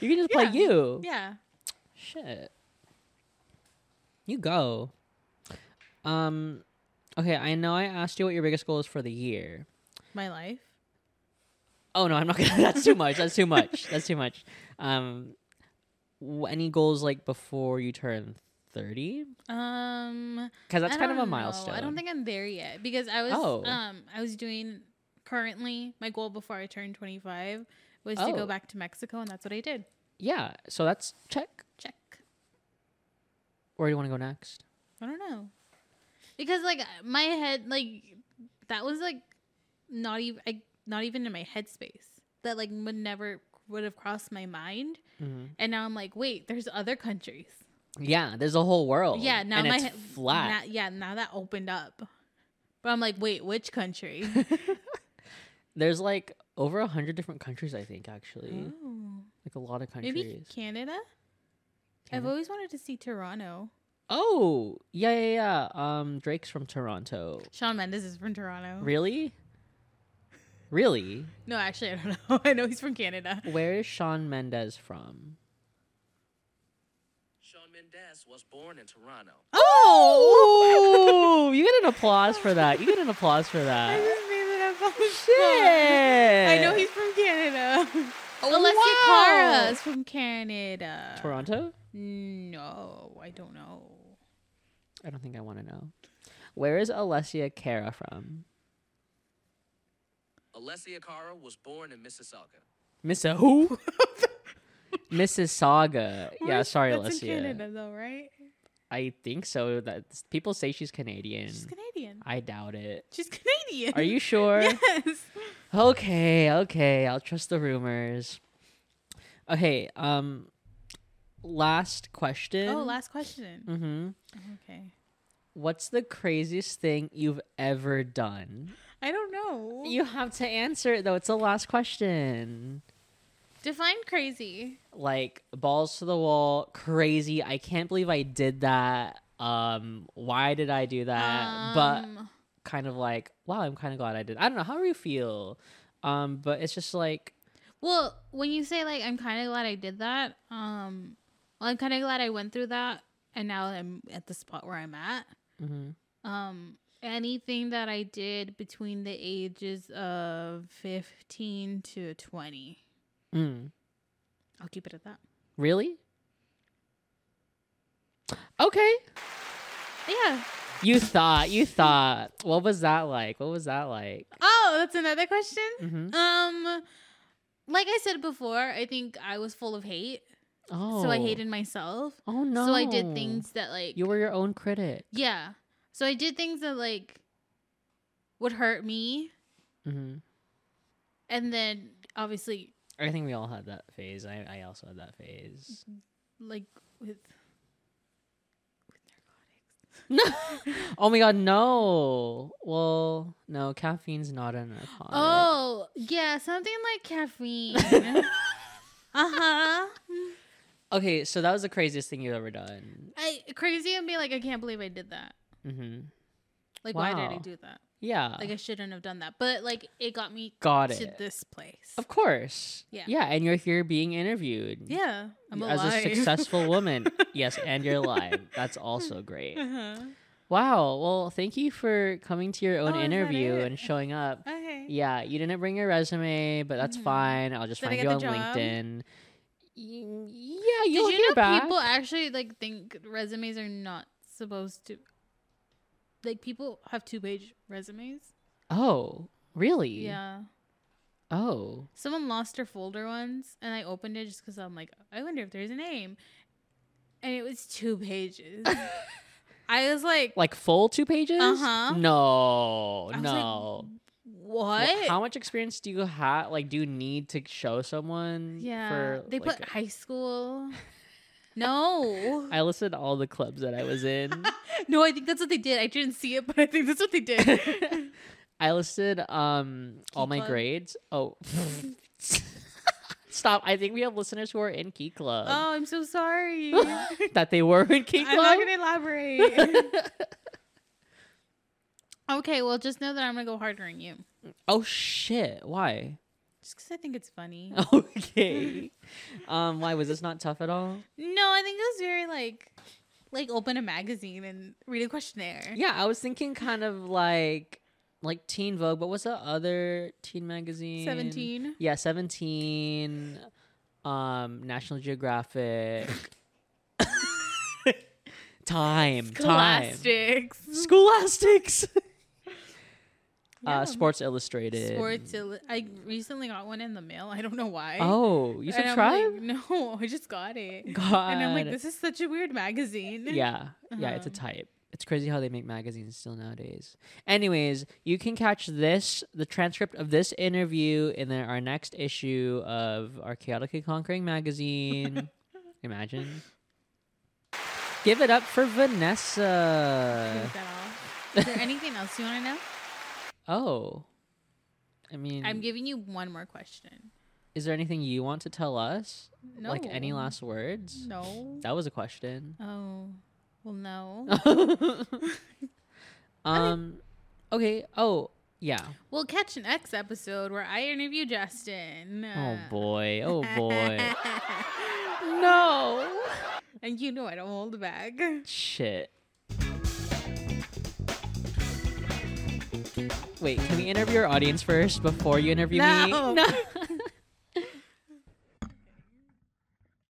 Speaker 2: can just
Speaker 1: Yeah.
Speaker 2: play you.
Speaker 1: yeah.
Speaker 2: Shit. You go. Um. Okay, I know I asked you what your biggest goal is for the year.
Speaker 1: My life.
Speaker 2: Oh no, I'm not gonna. That's too much. That's too much. That's too much. Um, w- any goals like before you turn thirty?
Speaker 1: Um
Speaker 2: Because that's
Speaker 1: I
Speaker 2: kind of a
Speaker 1: don't know.
Speaker 2: milestone.
Speaker 1: I don't think I'm there yet because I was
Speaker 2: Oh.
Speaker 1: um I was doing currently my goal before I turned 25 was to
Speaker 2: Oh.
Speaker 1: go back to Mexico and that's what I did.
Speaker 2: Yeah, so that's check.
Speaker 1: Check.
Speaker 2: Where do you want to go next?
Speaker 1: I don't know. Because like my head like that was like not even I, not even in my headspace. That like would never would have crossed my mind. And now I'm like, wait, there's other countries.
Speaker 2: Yeah, there's a whole world.
Speaker 1: Yeah, now
Speaker 2: Oh, and
Speaker 1: my
Speaker 2: it's
Speaker 1: head
Speaker 2: flat.
Speaker 1: now- yeah, now that opened up. But I'm like, wait, which country?
Speaker 2: there's like over a hundred different countries, I think, actually,
Speaker 1: Oh.
Speaker 2: like a lot of countries.
Speaker 1: Maybe Canada? I've
Speaker 2: Canada?
Speaker 1: always wanted to see Toronto.
Speaker 2: Oh, yeah, yeah, yeah. Um, Drake's from Toronto.
Speaker 1: Sean Mendes is from Toronto.
Speaker 2: Really? Really?
Speaker 1: No, actually, I don't know. I know he's from Canada.
Speaker 2: Where is Sean Mendez from?
Speaker 3: Sean Mendes was born in Toronto.
Speaker 2: Oh, you get an applause for that. You get an applause for
Speaker 1: I
Speaker 2: that.
Speaker 1: just made it up on the spot.
Speaker 2: Shit. I
Speaker 1: I know he's from Canada.
Speaker 2: Oh,
Speaker 1: Alessia Cara is from Canada.
Speaker 2: Toronto.
Speaker 1: No, I don't know.
Speaker 2: I don't think I want to know. Where is Alessia Cara from?
Speaker 3: Alessia Cara was born in Mississauga.
Speaker 2: Miss uh, who? Mississauga. Yeah,
Speaker 1: Where's-
Speaker 2: sorry,
Speaker 1: that's in
Speaker 2: Alessia.
Speaker 1: Canada, though, right?
Speaker 2: I think so. That people say she's Canadian.
Speaker 1: She's Canadian.
Speaker 2: I doubt it.
Speaker 1: She's Canadian.
Speaker 2: Uh, Are you sure?
Speaker 1: Yes.
Speaker 2: Okay, okay, I'll trust the rumors. Okay, um last question.
Speaker 1: Oh, last question.
Speaker 2: Mhm.
Speaker 1: Okay.
Speaker 2: What's the craziest thing you've ever done?
Speaker 1: I don't know.
Speaker 2: You have to answer it though. It's the last question.
Speaker 1: define crazy.
Speaker 2: Like balls to the wall, crazy. I can't believe I did that. Um why did I do that? Uh, but
Speaker 1: Um,
Speaker 2: kind of like, wow, I'm kind of glad I did. I don't know how do you feel? Um but it's just like
Speaker 1: well, when you say like I'm kind of glad I did that, um, well, I'm kind of glad I went through that, and now I'm at the spot where I'm at.
Speaker 2: mhm.
Speaker 1: Um, anything that I did between the ages of 15 to 20,
Speaker 2: Mm.
Speaker 1: I'll keep it at that.
Speaker 2: Really? Okay.
Speaker 1: Yeah.
Speaker 2: You thought, you thought. What was that like? What was that like?
Speaker 1: Oh, that's another question.
Speaker 2: Mm-hmm.
Speaker 1: Um, like I said before, I think I was full of hate,
Speaker 2: Oh.
Speaker 1: so I hated myself.
Speaker 2: Oh no.
Speaker 1: So I did things that like
Speaker 2: You were your own critic.
Speaker 1: Yeah. So I did things that like would hurt me
Speaker 2: Mm-hmm.
Speaker 1: and then obviously
Speaker 2: I think we all had that phase. I, I also had that phase.
Speaker 1: like with with narcotics.
Speaker 2: oh my god, no. Well, no, caffeine's not a narcotic.
Speaker 1: Oh, yeah, something like caffeine. uh-huh.
Speaker 2: Okay, so that was the craziest thing you've ever done.
Speaker 1: I crazy and be like I can't believe I did that.
Speaker 2: Mm-hmm.
Speaker 1: Like why did I
Speaker 2: Wow.
Speaker 1: do that?
Speaker 2: Yeah.
Speaker 1: Like I shouldn't have done that. But like it got me
Speaker 2: got
Speaker 1: to
Speaker 2: it.
Speaker 1: this place.
Speaker 2: Of course.
Speaker 1: Yeah.
Speaker 2: Yeah, and you're here being interviewed.
Speaker 1: Yeah. I'm
Speaker 2: as
Speaker 1: alive.
Speaker 2: a successful woman. yes, and you're alive. That's also great.
Speaker 1: uh-huh.
Speaker 2: Wow. Well, thank you for coming to your own
Speaker 1: Oh, is that
Speaker 2: interview
Speaker 1: it?
Speaker 2: and showing up.
Speaker 1: Okay.
Speaker 2: Yeah, you didn't bring your resume, but that's
Speaker 1: Mhm.
Speaker 2: fine. I'll just
Speaker 1: Did I
Speaker 2: find
Speaker 1: get
Speaker 2: you on
Speaker 1: the job?
Speaker 2: LinkedIn. Y- Yeah,
Speaker 1: Did
Speaker 2: you'll
Speaker 1: you
Speaker 2: hear
Speaker 1: know
Speaker 2: back.
Speaker 1: people actually like think resumes are not supposed to like people have two page resumes?
Speaker 2: Oh, really?
Speaker 1: Yeah.
Speaker 2: Oh.
Speaker 1: Someone lost her folder once and I opened it just because I'm like, I wonder if there's a name. And it was two pages. I was like,
Speaker 2: Like full two pages?
Speaker 1: Uh-huh.
Speaker 2: No,
Speaker 1: I was like,
Speaker 2: no. Wha-
Speaker 1: what?
Speaker 2: How much experience do you have? Like, do you need to show someone?
Speaker 1: yeah.
Speaker 2: For,
Speaker 1: they
Speaker 2: like,
Speaker 1: put high school. no.
Speaker 2: I listed all the clubs that I was in.
Speaker 1: no, I think that's what they did. I didn't see it, but I think that's what they did.
Speaker 2: I listed um all
Speaker 1: Key
Speaker 2: my
Speaker 1: Club.
Speaker 2: grades. Oh. Stop. I think we have listeners who are in Key Club
Speaker 1: oh, I'm so sorry. I'm
Speaker 2: that they were in Key
Speaker 1: not
Speaker 2: Club.
Speaker 1: going to elaborate. Okay, well, just know that I'm gonna go harder on you,
Speaker 2: oh shit. Why?
Speaker 1: just because I think it's funny.
Speaker 2: Okay. um why was this not tough at all?
Speaker 1: No, I think it was very like, like open a magazine and read a questionnaire.
Speaker 2: Yeah, I was thinking kind of like like Teen Vogue, but what's the other teen magazine?
Speaker 1: Seventeen.
Speaker 2: Yeah, 17 um National Geographic Time, time.
Speaker 1: Plastics.
Speaker 2: Scholastics.
Speaker 1: Yeah.
Speaker 2: Uh, Sports Illustrated.
Speaker 1: Sports. Illu- I recently got one in the mail. I don't know why.
Speaker 2: Oh, you
Speaker 1: And I'm
Speaker 2: subscribe?
Speaker 1: like, no, I just got it.
Speaker 2: God.
Speaker 1: And I'm like, this is such a weird magazine.
Speaker 2: Yeah, yeah, it's a
Speaker 1: Uh-huh.
Speaker 2: type. It's crazy how they make magazines still nowadays. Anyways, you can catch this, the transcript of this interview, in the, our next issue of our Chaotically Conquering magazine. Imagine. Give it up for Vanessa.
Speaker 1: Is that all? Is there anything else you want to know?
Speaker 2: Oh, I mean,
Speaker 1: I'm giving you one more question.
Speaker 2: is there anything you want to tell us?
Speaker 1: No.
Speaker 2: Like any last words?
Speaker 1: No.
Speaker 2: That was a question.
Speaker 1: Oh. Well, no.
Speaker 2: um okay. Oh, yeah.
Speaker 1: We'll catch an X episode where I interview Justin.
Speaker 2: Oh boy. Oh boy.
Speaker 1: boy.
Speaker 2: no.
Speaker 1: And you know I don't hold back.
Speaker 2: Shit. Wait, can we interview our audience first before you interview me?
Speaker 1: No.